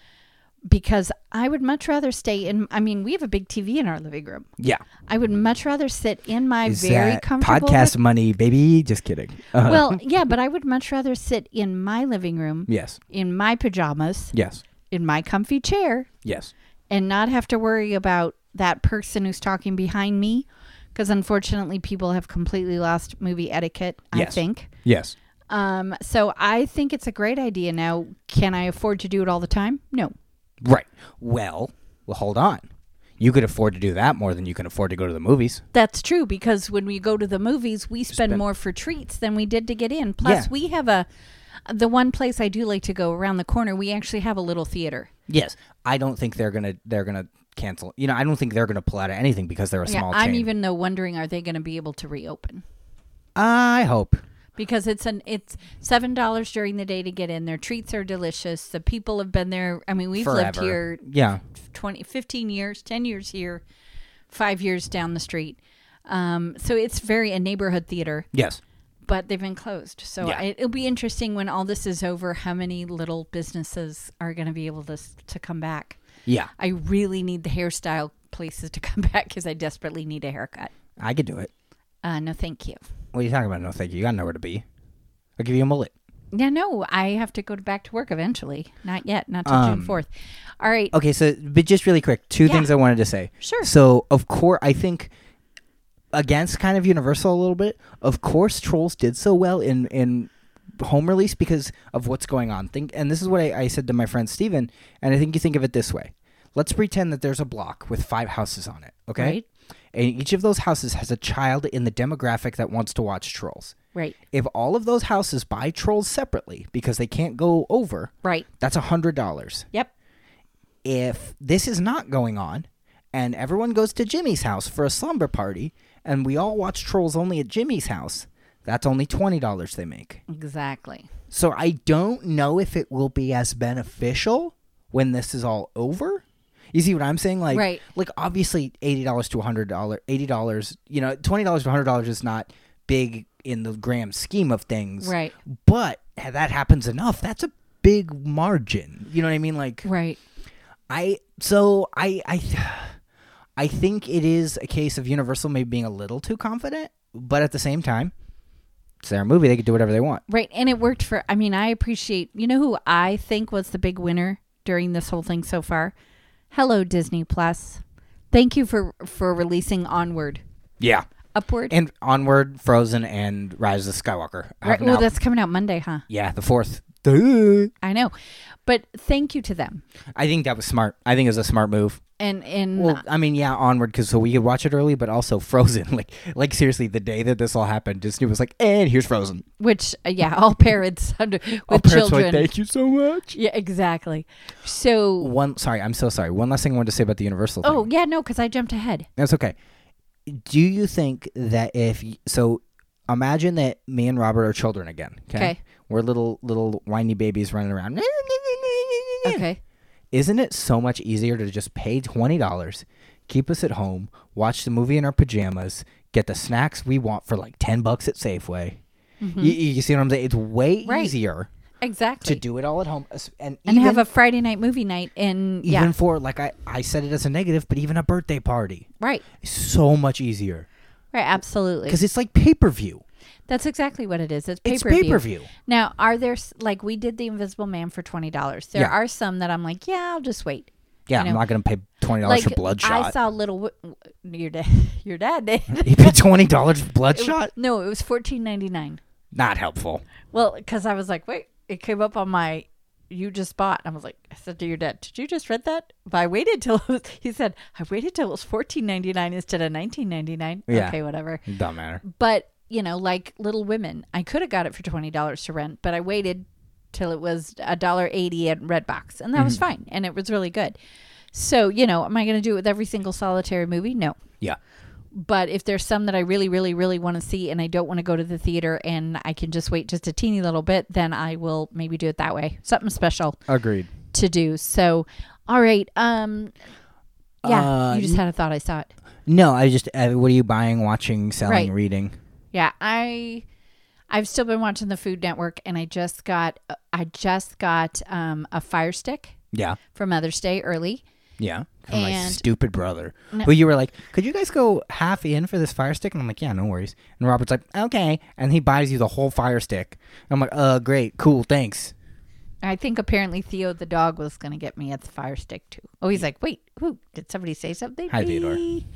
Speaker 2: because I would much rather stay in. I mean, we have a big TV in our living room.
Speaker 1: Yeah.
Speaker 2: I would much rather sit in my
Speaker 1: Is
Speaker 2: very
Speaker 1: that
Speaker 2: comfortable
Speaker 1: podcast money, baby? Just kidding. Uh, <laughs>
Speaker 2: Well, yeah, but I would much rather sit in my living room
Speaker 1: yes.
Speaker 2: in my pajamas
Speaker 1: Yes.
Speaker 2: in my comfy chair
Speaker 1: Yes.
Speaker 2: and not have to worry about that person who's talking behind me because unfortunately people have completely lost movie etiquette i
Speaker 1: Yes.
Speaker 2: think
Speaker 1: Yes.
Speaker 2: um, so i think it's a great idea now can i afford to do it all the time no
Speaker 1: Right. Well, well, hold on. You could afford to do that more than you can afford to go to the movies.
Speaker 2: that's true because when we go to the movies we spend,
Speaker 1: Spend-
Speaker 2: more for treats than we did to get in plus
Speaker 1: Yeah.
Speaker 2: we have a the one place i do like to go around the corner we actually have a little theater
Speaker 1: Yes. I don't think they're gonna they're gonna cancel. You know, I don't think they're gonna pull out of anything because they're a
Speaker 2: yeah
Speaker 1: small
Speaker 2: i'm
Speaker 1: chain.
Speaker 2: even though wondering are they going to be able to reopen
Speaker 1: I hope.
Speaker 2: because it's an it's seven dollars during the day to get in. Their treats are delicious. The people have been there. I mean, we've lived
Speaker 1: Forever.
Speaker 2: here
Speaker 1: Yeah.
Speaker 2: 20, 15 years, ten years here, five years down the street. Um, so it's very a neighborhood theater,
Speaker 1: Yes.
Speaker 2: but they've been closed. So
Speaker 1: Yeah.
Speaker 2: I, it'll be interesting when all this is over, how many little businesses are going to be able to s- to come back.
Speaker 1: Yeah.
Speaker 2: I really need the hairstyle places to come <laughs> back because I desperately need a haircut.
Speaker 1: I could do it.
Speaker 2: Uh, no, thank you.
Speaker 1: What are you talking about? No, thank you. You got nowhere to be. I'll give you a mullet.
Speaker 2: Yeah, no, I have to go to- back to work eventually. Not yet, not till June
Speaker 1: Um,
Speaker 2: fourth. All right,
Speaker 1: Okay, so but just really quick, two
Speaker 2: Yeah.
Speaker 1: things I wanted to say.
Speaker 2: sure.
Speaker 1: So of course, I think against kind of Universal a little bit. Of course, Trolls did so well in in home release because of what's going on. Think, and this is what I, I said to my friend Steven, and I think you think of it this way. Let's pretend that there's a block with five houses on it. Okay,
Speaker 2: Right.
Speaker 1: and each of those houses has a child in the demographic that wants to watch Trolls.
Speaker 2: Right,
Speaker 1: If all of those houses buy Trolls separately because they can't go over,
Speaker 2: right.
Speaker 1: that's a hundred dollars
Speaker 2: Yep.
Speaker 1: if this is not going on and everyone goes to Jimmy's house for a slumber party and we all watch trolls only at Jimmy's house, that's only $20 they make.
Speaker 2: Exactly.
Speaker 1: So I don't know if it will be as beneficial when this is all over. You see what I'm saying? Like,
Speaker 2: Right.
Speaker 1: like obviously eighty dollars to hundred dollar, eighty dollars. You know, twenty dollars to hundred dollars is not big in the grand scheme of things.
Speaker 2: Right.
Speaker 1: But ha- that happens enough. That's a big margin. You know what I mean? Like,
Speaker 2: Right.
Speaker 1: I so I I <sighs> I think it is a case of Universal maybe being a little too confident, but at the same time, it's their movie; they could do whatever they want.
Speaker 2: Right. And it worked for I mean, I appreciate you know who I think was the big winner during this whole thing so far? Hello, Disney Plus. Thank you for for releasing Onward.
Speaker 1: Yeah.
Speaker 2: Upward.
Speaker 1: And onward, Frozen, and Rise of Skywalker. have
Speaker 2: right.
Speaker 1: an
Speaker 2: Well,
Speaker 1: out-
Speaker 2: that's coming out Monday, huh?
Speaker 1: yeah, the fourth. Duh.
Speaker 2: I know. But thank you to them.
Speaker 1: I think that was smart. I think it was a smart move.
Speaker 2: And and
Speaker 1: Well, I mean, yeah, onward because so we could watch it early, but also <laughs> Frozen. Like, like seriously, the day that this all happened, Disney was like, "And here's Frozen."
Speaker 2: which uh, yeah, all parents <laughs> under with
Speaker 1: All parents were
Speaker 2: children.
Speaker 1: like, "Thank you so much."
Speaker 2: yeah, exactly. So
Speaker 1: One, sorry, I'm so sorry. One last thing I wanted to say about the Universal. thing.
Speaker 2: Oh yeah, no, because I jumped ahead.
Speaker 1: That's okay. Do you think that if y- so, imagine that me and Robert are children again. Okay,
Speaker 2: Okay.
Speaker 1: we're little little whiny babies running around.
Speaker 2: Okay.
Speaker 1: Isn't it so much easier to just pay twenty dollars, keep us at home, watch the movie in our pajamas, get the snacks we want for like ten bucks at Safeway? Y- y- You, see what I'm saying? It's way
Speaker 2: Mm-hmm. Right.
Speaker 1: easier
Speaker 2: Exactly.
Speaker 1: to do it all at home, as- and
Speaker 2: and
Speaker 1: even,
Speaker 2: have a Friday night movie night and
Speaker 1: even
Speaker 2: yeah,
Speaker 1: for like I I said it as a negative, but even a birthday party,
Speaker 2: right.
Speaker 1: so much easier.
Speaker 2: Right, absolutely.
Speaker 1: because it's like pay per view.
Speaker 2: That's exactly what it is. It's pay
Speaker 1: It's
Speaker 2: per
Speaker 1: pay per
Speaker 2: view.
Speaker 1: view.
Speaker 2: Now, are there s- like we did the Invisible Man for twenty dollars? There
Speaker 1: Yeah.
Speaker 2: are some that I'm like, yeah, I'll just wait.
Speaker 1: Yeah,
Speaker 2: You
Speaker 1: I'm
Speaker 2: know,
Speaker 1: not gonna pay twenty dollars
Speaker 2: Like
Speaker 1: for
Speaker 2: I
Speaker 1: Bloodshot.
Speaker 2: saw Little Wo- your dad. <laughs> Your dad did.
Speaker 1: <laughs> you pay twenty dollars for
Speaker 2: It was-
Speaker 1: Bloodshot?
Speaker 2: no, it was fourteen ninety nine.
Speaker 1: Not helpful.
Speaker 2: Well, because I was like, wait, it came up on my. You just bought. I was like, I said to your dad, "Did you just read that?" But I waited till it was, he said, "I waited till it was fourteen ninety nine instead of nineteen ninety nine.
Speaker 1: Yeah.
Speaker 2: Okay, whatever.
Speaker 1: Don't matter.
Speaker 2: but you know like little women i could have got it for $20 to rent but i waited till it was $1.80 at redbox and that was fine and it was really good so you know am i going to do it with every single solitary movie no
Speaker 1: Yeah,
Speaker 2: but if there's some that i really really really want to see and i don't want to go to the theater and i can just wait just a teeny little bit then i will maybe do it that way something special
Speaker 1: agreed.
Speaker 2: to do so all right um yeah
Speaker 1: Uh,
Speaker 2: you just had a thought i saw it
Speaker 1: No, I just uh, what are you buying, watching, selling,
Speaker 2: Right.
Speaker 1: reading?
Speaker 2: Yeah, I I've still been watching the Food Network, and I just got uh, I just got um, a Fire Stick
Speaker 1: Yeah.
Speaker 2: for Mother's Day early.
Speaker 1: Yeah. From my
Speaker 2: And-
Speaker 1: stupid brother.
Speaker 2: No.
Speaker 1: But you were like, could you guys go half in for this fire stick? And I'm like, yeah, no worries. And Robert's like, okay. And he buys you the whole fire stick. And I'm like, uh, great, cool, thanks.
Speaker 2: I think apparently Theo the dog was going to get me a Fire Stick too. Oh, he's like, wait, who did somebody say something?
Speaker 1: Hmm. Hi, Theodore.
Speaker 2: Bee."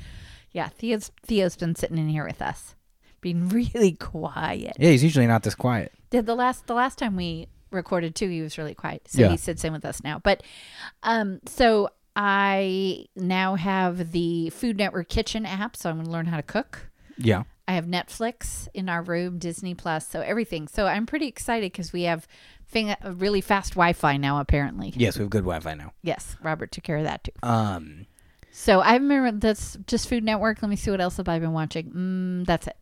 Speaker 2: Yeah, Theo's Theo's been sitting in here with us, being <laughs> really quiet.
Speaker 1: Yeah, he's usually not this quiet.
Speaker 2: Yeah, the last the last time we recorded too, he was really quiet. So
Speaker 1: Yeah.
Speaker 2: he sits in with us now. But um so I now have the Food Network Kitchen app, so I'm gonna learn how to cook.
Speaker 1: Yeah.
Speaker 2: I have Netflix in our room, Disney Plus, so everything. So I'm pretty excited because we have thing, a really fast Wi-Fi now. Apparently,
Speaker 1: Yes, we have good Wi Fi now.
Speaker 2: yes, Robert took care of that too.
Speaker 1: Um,
Speaker 2: So I remember that's just Food Network. Let me see what else have I been watching. Mm, that's it.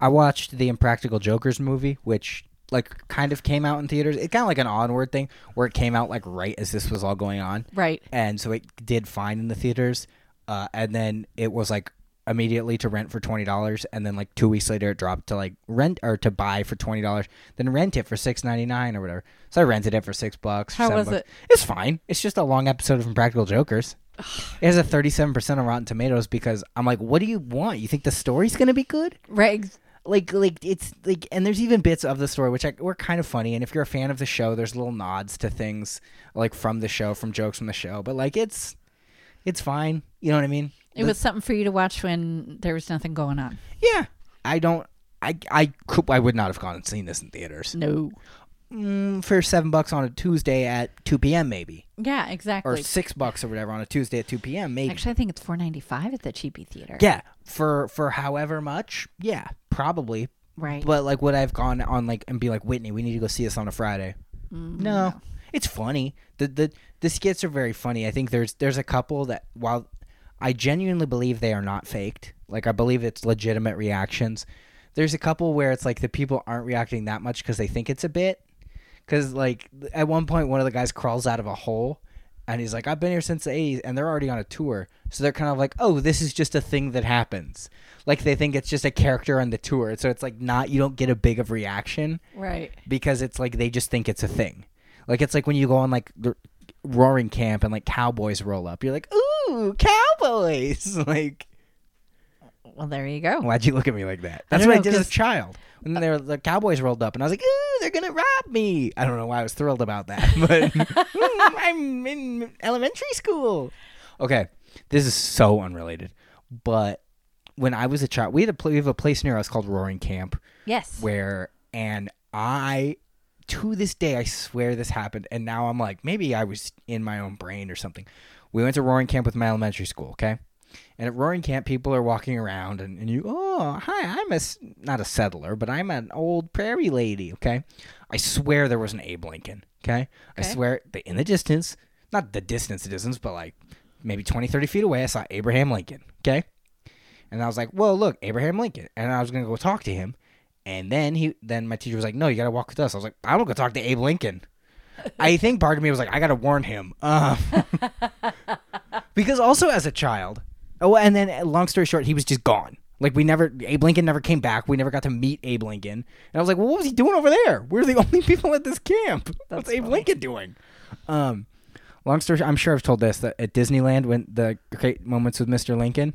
Speaker 1: I watched the Impractical Jokers movie, which like kind of came out in theaters. It's kind of like an onward thing where it came out like right as this was all going on.
Speaker 2: Right.
Speaker 1: and so it did fine in the theaters uh, and then it was like immediately to rent for $20 and then like two weeks later it dropped to like rent or to buy for $20 then rent it for $6.99 or whatever so i rented it for six bucks
Speaker 2: How
Speaker 1: seven
Speaker 2: was
Speaker 1: bucks.
Speaker 2: it?
Speaker 1: it's fine it's just a long episode of impractical jokers it has a 37% on rotten tomatoes because i'm like what do you want you think the story's gonna be good
Speaker 2: Right. ex-
Speaker 1: like like it's like and there's even bits of the story which I, were kind of funny and if you're a fan of the show there's little nods to things like from the show from jokes from the show but like it's it's fine you know what i mean
Speaker 2: It
Speaker 1: The-
Speaker 2: was something for you to watch when there was nothing going on.
Speaker 1: yeah i don't i i could i would not have gone and seen this in theaters
Speaker 2: No.
Speaker 1: mm, for seven bucks on a tuesday at 2 p.m maybe
Speaker 2: Yeah, exactly.
Speaker 1: or six bucks or whatever on a tuesday at 2 p.m maybe
Speaker 2: Actually, I think it's four ninety five at the cheapy theater.
Speaker 1: yeah for for however much yeah probably
Speaker 2: right.
Speaker 1: But like, would I have gone on like and be like, Whitney, we need to go see this on a Friday? No. it's funny. the the The skits are very funny. I think there's there's a couple that while I genuinely believe they are not faked, like I believe it's legitimate reactions. There's a couple where it's like the people aren't reacting that much because they think it's a bit. Because like at one point, one of the guys crawls out of a hole. And he's like, I've been here since the 80s, and they're already on a tour. So they're kind of like, oh, this is just a thing that happens. Like, they think it's just a character on the tour. So it's like, not, you don't get a big of reaction
Speaker 2: right.
Speaker 1: because it's like they just think it's a thing. Like it's like when you go on like the roaring camp and like cowboys roll up, you're like, ooh, cowboys! <laughs> like,
Speaker 2: Well, there you go.
Speaker 1: why'd you look at me like that?
Speaker 2: I
Speaker 1: That's
Speaker 2: don't
Speaker 1: what I
Speaker 2: know,
Speaker 1: did as a
Speaker 2: 'cause-
Speaker 1: child. When they were, the cowboys rolled up, and I was like, ooh, they're gonna rob me. I don't know why I was thrilled about that, <laughs> but <laughs> "Ooh,
Speaker 2: <laughs>
Speaker 1: I'm in elementary school. Okay, this is so unrelated, but when I was a child, we had a pl- we have a place near us called Roaring Camp
Speaker 2: Yes.
Speaker 1: where and I to this day I swear this happened and now I'm like maybe I was in my own brain or something. We went to Roaring Camp with my elementary school, okay? And at Roaring Camp people are walking around and, and you oh hi I'm a s- not a settler but I'm an old prairie lady, okay? I swear there was an Abe Lincoln, okay? I
Speaker 2: Okay.
Speaker 1: swear the, in the distance, not the distance the distance but like maybe 20 30 feet away I saw Abraham Lincoln, okay? And I was like, "Well, look, Abraham Lincoln." And I was gonna go talk to him, and then he, then my teacher was like, "No, you gotta walk with us." I was like, "I don't go talk to Abe Lincoln." I think part of me was like, "I gotta warn him," uh, because also as a child, oh, and then uh, long story short, he was just gone. Like we never, Abe Lincoln never came back. We never got to meet Abe Lincoln, and I was like, "Well, what was he doing over there? We're the <laughs> only people at this camp. What's Abe Lincoln doing?" Um, long story, short, I'm sure I've told this that at Disneyland when the great moments with Mr. Lincoln,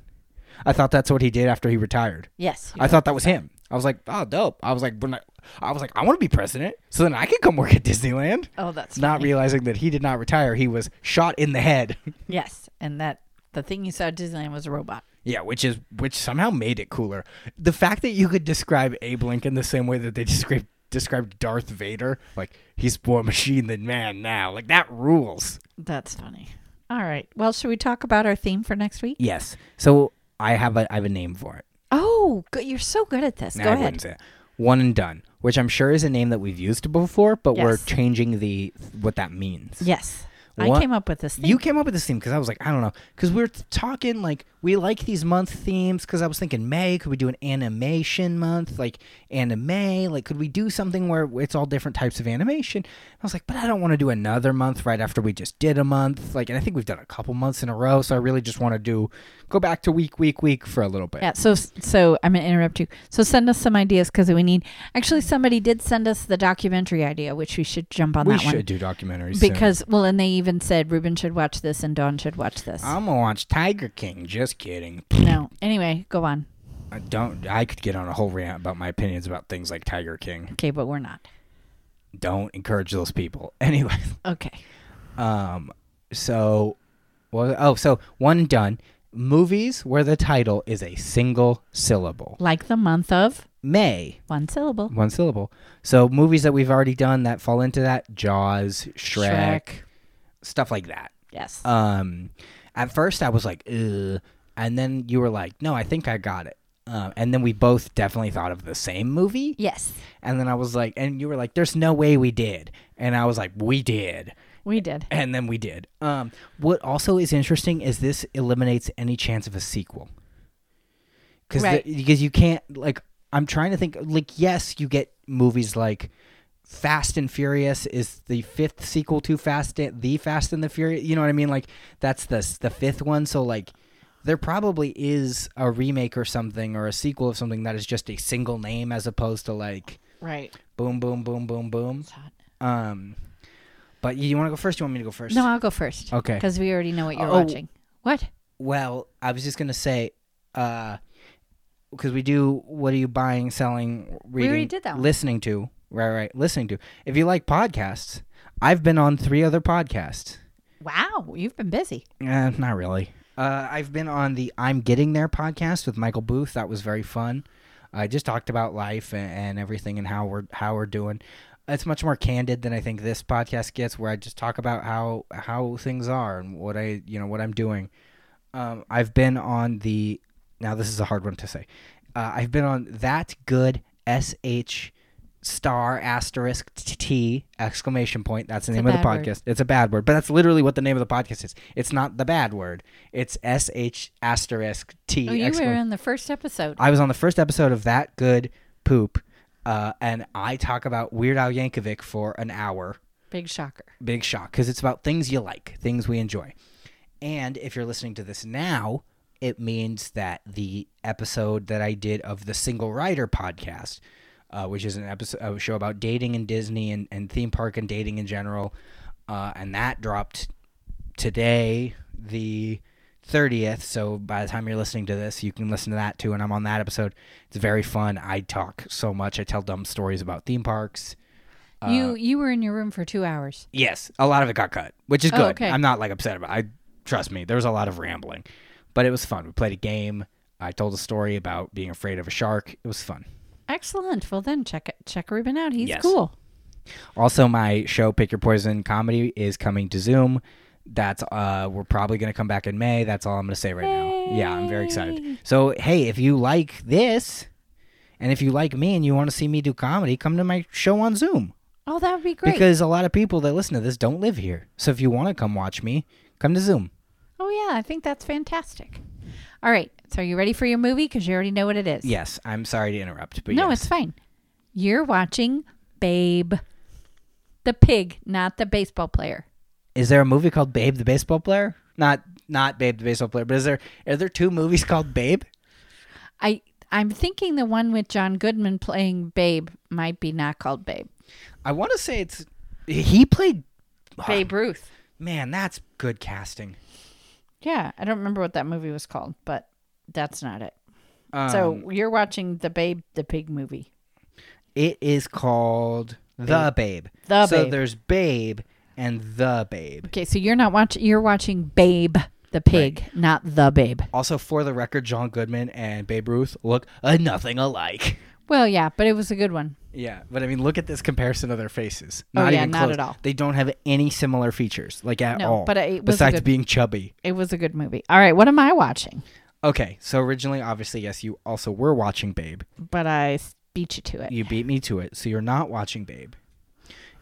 Speaker 1: I thought that's what he did after he retired.
Speaker 2: yes.
Speaker 1: I thought that was him. I was like, oh, dope. I was like, when I, I was like, I want to be president, so then I could come work at Disneyland.
Speaker 2: oh, that's
Speaker 1: Not
Speaker 2: funny.
Speaker 1: realizing that he did not retire; he was shot in the head. <laughs>
Speaker 2: Yes, and that the thing you saw at Disneyland was a robot.
Speaker 1: yeah, which is which somehow made it cooler. The fact that you could describe Abe Lincoln the same way that they <laughs> described described Darth Vader, like he's more machine than man now, like that rules.
Speaker 2: That's funny. All right. Well, should we talk about our theme for next week?
Speaker 1: Yes. So I have a I have a name for it.
Speaker 2: Oh, good. you're so good at this.
Speaker 1: Nah,
Speaker 2: Go
Speaker 1: I
Speaker 2: ahead.
Speaker 1: wouldn't say it. One and done, which I'm sure is a name that we've used before, but we're
Speaker 2: Yes.
Speaker 1: changing the what that means.
Speaker 2: Yes. I
Speaker 1: What-
Speaker 2: came up with this thing.
Speaker 1: You came up with this theme because I was like, I don't know, because we are talking like we like these month themes. Because I was thinking May, could we do an animation month, like anime? Like, could we do something where it's all different types of animation? I was like, but I don't want to do another month right after we just did a month. Like, and I think we've done a couple months in a row, so I really just want to do go back to week, week, week for a little bit.
Speaker 2: yeah, so so I'm gonna interrupt you. So send us some ideas because we need. Actually, somebody did send us the documentary idea, which we should jump on
Speaker 1: we
Speaker 2: that
Speaker 1: should
Speaker 2: one
Speaker 1: do documentaries soon.
Speaker 2: because well, and they even said Ruben should watch this and Dawn should watch this.
Speaker 1: I'm gonna watch Tiger King. Just kidding.
Speaker 2: no, anyway, go on.
Speaker 1: I don't. I could get on a whole rant about my opinions about things like Tiger King.
Speaker 2: Okay, but we're not.
Speaker 1: Don't encourage those people. <laughs> Anyway.
Speaker 2: Okay,
Speaker 1: Um, so, well, oh, so one and done movies where the title is a single syllable.
Speaker 2: like the month of
Speaker 1: May,
Speaker 2: one syllable.
Speaker 1: one syllable. So movies that we've already done that fall into that: Jaws, Shrek, stuff like that.
Speaker 2: Yes.
Speaker 1: Um, at first I was like, Ugh, and then you were like, no, I think I got it. Um, and then we both definitely thought of the same movie.
Speaker 2: yes,
Speaker 1: And then I was like, and you were like, there's no way we did. And I was like, we did.
Speaker 2: we did.
Speaker 1: and then we did. Um, what also is interesting is this eliminates any chance of a sequel, because
Speaker 2: Right.
Speaker 1: because you can't like I'm trying to think like yes you get movies like Fast and Furious is the fifth sequel to Fast and, the Fast and the Furious you know what I mean like that's the s- the fifth one so like there probably is a remake or something or a sequel of something that is just a single name as opposed to like
Speaker 2: Right.
Speaker 1: boom boom boom boom boom um. But you want to go first? You want me to go first?
Speaker 2: No, I'll go first.
Speaker 1: Okay.
Speaker 2: Because we already know what you're
Speaker 1: Oh.
Speaker 2: watching. What?
Speaker 1: Well, I was just gonna say, because we do. What are you buying, selling, reading,
Speaker 2: already did that one.
Speaker 1: listening to? Right, right. Listening to. If you like podcasts, I've been on three other podcasts.
Speaker 2: Wow, you've been busy.
Speaker 1: Eh, not really. Uh, I've been on the I'm Getting There podcast with Michael Booth. That was very fun. I just talked about life and, and everything and how we're how we're doing. It's much more candid than I think this podcast gets, where I just talk about how how things are and what I you know what I'm doing. Um, I've been on the now this is a hard one to say. Uh, I've been on that good sh star asterisk t- t exclamation point. That's the
Speaker 2: It's a
Speaker 1: name of the
Speaker 2: bad word.
Speaker 1: podcast. It's a bad word, but that's literally what the name of the podcast is. It's not the bad word. It's sh asterisk t.
Speaker 2: Oh, you were
Speaker 1: exclamation-
Speaker 2: in the first episode.
Speaker 1: I was on the first episode of That Good Poop, uh, and I talk about Weird Al Yankovic for an hour.
Speaker 2: Big shocker.
Speaker 1: Big shock, because it's about things you like, things we enjoy. And if you're listening to this now, it means that the episode that I did of the Single Rider podcast, uh, which is an episode a show about dating in Disney and, and theme park and dating in general, uh, and that dropped today, the 30th. So by the time you're listening to this, you can listen to that too. And I'm on that episode. It's very fun. I talk so much. I tell dumb stories about theme parks. Uh,
Speaker 2: you you were in your room for two hours.
Speaker 1: Yes, a lot of it got cut, which is
Speaker 2: Oh,
Speaker 1: good.
Speaker 2: okay.
Speaker 1: I'm not like upset about. It. I trust me. There was a lot of rambling, but it was fun. We played a game. I told a story about being afraid of a shark. It was fun.
Speaker 2: Excellent. Well, then check it- check Ruben out. He's
Speaker 1: Yes.
Speaker 2: cool.
Speaker 1: Also, my show Pick Your Poison comedy is coming to Zoom. That's uh we're probably going to come back in May. That's all I'm going to say right now. Yeah, I'm very excited. So, hey, if you like this and if you like me and you want to see me do comedy, come to my show on Zoom.
Speaker 2: Oh, that would be great.
Speaker 1: Because a lot of people that listen to this don't live here. So, if you want to come watch me, come to Zoom.
Speaker 2: oh yeah, I think that's fantastic. All right. So are you ready for your movie? Because you already know what it is.
Speaker 1: Yes, I'm sorry to interrupt, but
Speaker 2: No,
Speaker 1: yes.
Speaker 2: it's fine. You're watching Babe, the pig, not the baseball player.
Speaker 1: is there a movie called Babe the Baseball Player? Not not Babe the Baseball Player, but is there are there two movies called Babe?
Speaker 2: I I'm thinking the one with John Goodman playing Babe might be not
Speaker 1: <sighs>
Speaker 2: called Babe.
Speaker 1: I want to say it's he played Oh,
Speaker 2: Babe Ruth.
Speaker 1: Man, that's good casting.
Speaker 2: Yeah, I don't remember what that movie was called, but that's not it.
Speaker 1: Um,
Speaker 2: so you're watching the Babe the Pig movie.
Speaker 1: it is called The Babe.
Speaker 2: The
Speaker 1: so
Speaker 2: Babe.
Speaker 1: there's Babe and The Babe.
Speaker 2: Okay, so you're not watching. You're watching Babe the Pig, not the Babe.
Speaker 1: Also, for the record, John Goodman and Babe Ruth look uh, nothing alike.
Speaker 2: Well, yeah, but it was a good one.
Speaker 1: Yeah, but I mean, look at this comparison of their faces.
Speaker 2: Oh,
Speaker 1: Not
Speaker 2: yeah,
Speaker 1: even
Speaker 2: not
Speaker 1: close.
Speaker 2: at all.
Speaker 1: They don't have any similar features, like at
Speaker 2: No,
Speaker 1: all.
Speaker 2: but it was a
Speaker 1: besides
Speaker 2: good-
Speaker 1: being chubby.
Speaker 2: It was a good movie. All right, what am I watching?
Speaker 1: Okay, so originally, obviously, yes, you also were watching Babe.
Speaker 2: But I s- beat you to it.
Speaker 1: You beat me to it, so you're not watching Babe.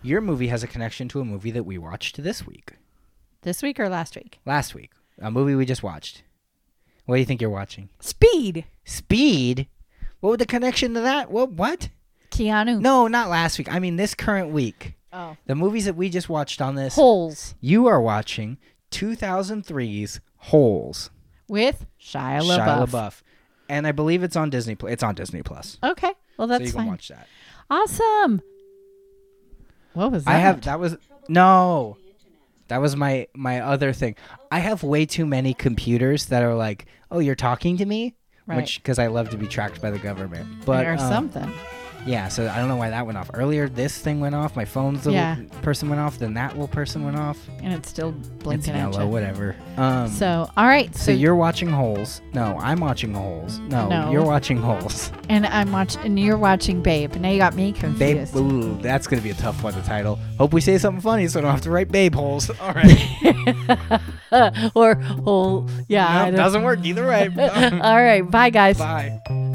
Speaker 1: Your movie has a connection to a movie that we watched this week.
Speaker 2: This week or last week?
Speaker 1: Last week, a movie we just watched. What do you think you're watching?
Speaker 2: Speed.
Speaker 1: Speed. What would the connection to that? What? What?
Speaker 2: Keanu.
Speaker 1: No, not last week. I mean this current week.
Speaker 2: Oh.
Speaker 1: The movies that we just watched on this.
Speaker 2: Holes
Speaker 1: You are watching 2003's Holes.
Speaker 2: with Shia LaBeouf.
Speaker 1: Shia LaBeouf. And I believe it's on Disney. Pl- It's on Disney Plus.
Speaker 2: Okay.
Speaker 1: so
Speaker 2: Well, that's
Speaker 1: you can
Speaker 2: fine.
Speaker 1: watch that.
Speaker 2: Awesome. What was that?
Speaker 1: I have that was no. That was my my other thing. I have way too many computers that are like, "Oh, you're talking to me,"
Speaker 2: Right.
Speaker 1: which because I love to be tracked by the government. But
Speaker 2: or
Speaker 1: um,
Speaker 2: something.
Speaker 1: yeah, so I don't know why that went off. Earlier, this thing went off. My phone's little
Speaker 2: Yeah.
Speaker 1: person went off. Then that little person went off.
Speaker 2: And it's still
Speaker 1: It's
Speaker 2: blinking at
Speaker 1: yellow,
Speaker 2: you.
Speaker 1: whatever. Um, so,
Speaker 2: So, all right. So,
Speaker 1: you're watching holes. No, I'm watching holes. No,
Speaker 2: No.
Speaker 1: you're watching
Speaker 2: <laughs>
Speaker 1: holes.
Speaker 2: and I'm watching, and you're watching Babe. Now you got me
Speaker 1: Babe,
Speaker 2: confused.
Speaker 1: ooh, that's gonna be a tough one. The title. Hope we say something funny, so I don't have to write babe holes. <laughs> All right,
Speaker 2: <laughs> or oh, whole, yeah. I
Speaker 1: Nope,
Speaker 2: don't-
Speaker 1: doesn't work either way.
Speaker 2: <laughs> all right. Bye, guys.
Speaker 1: Bye.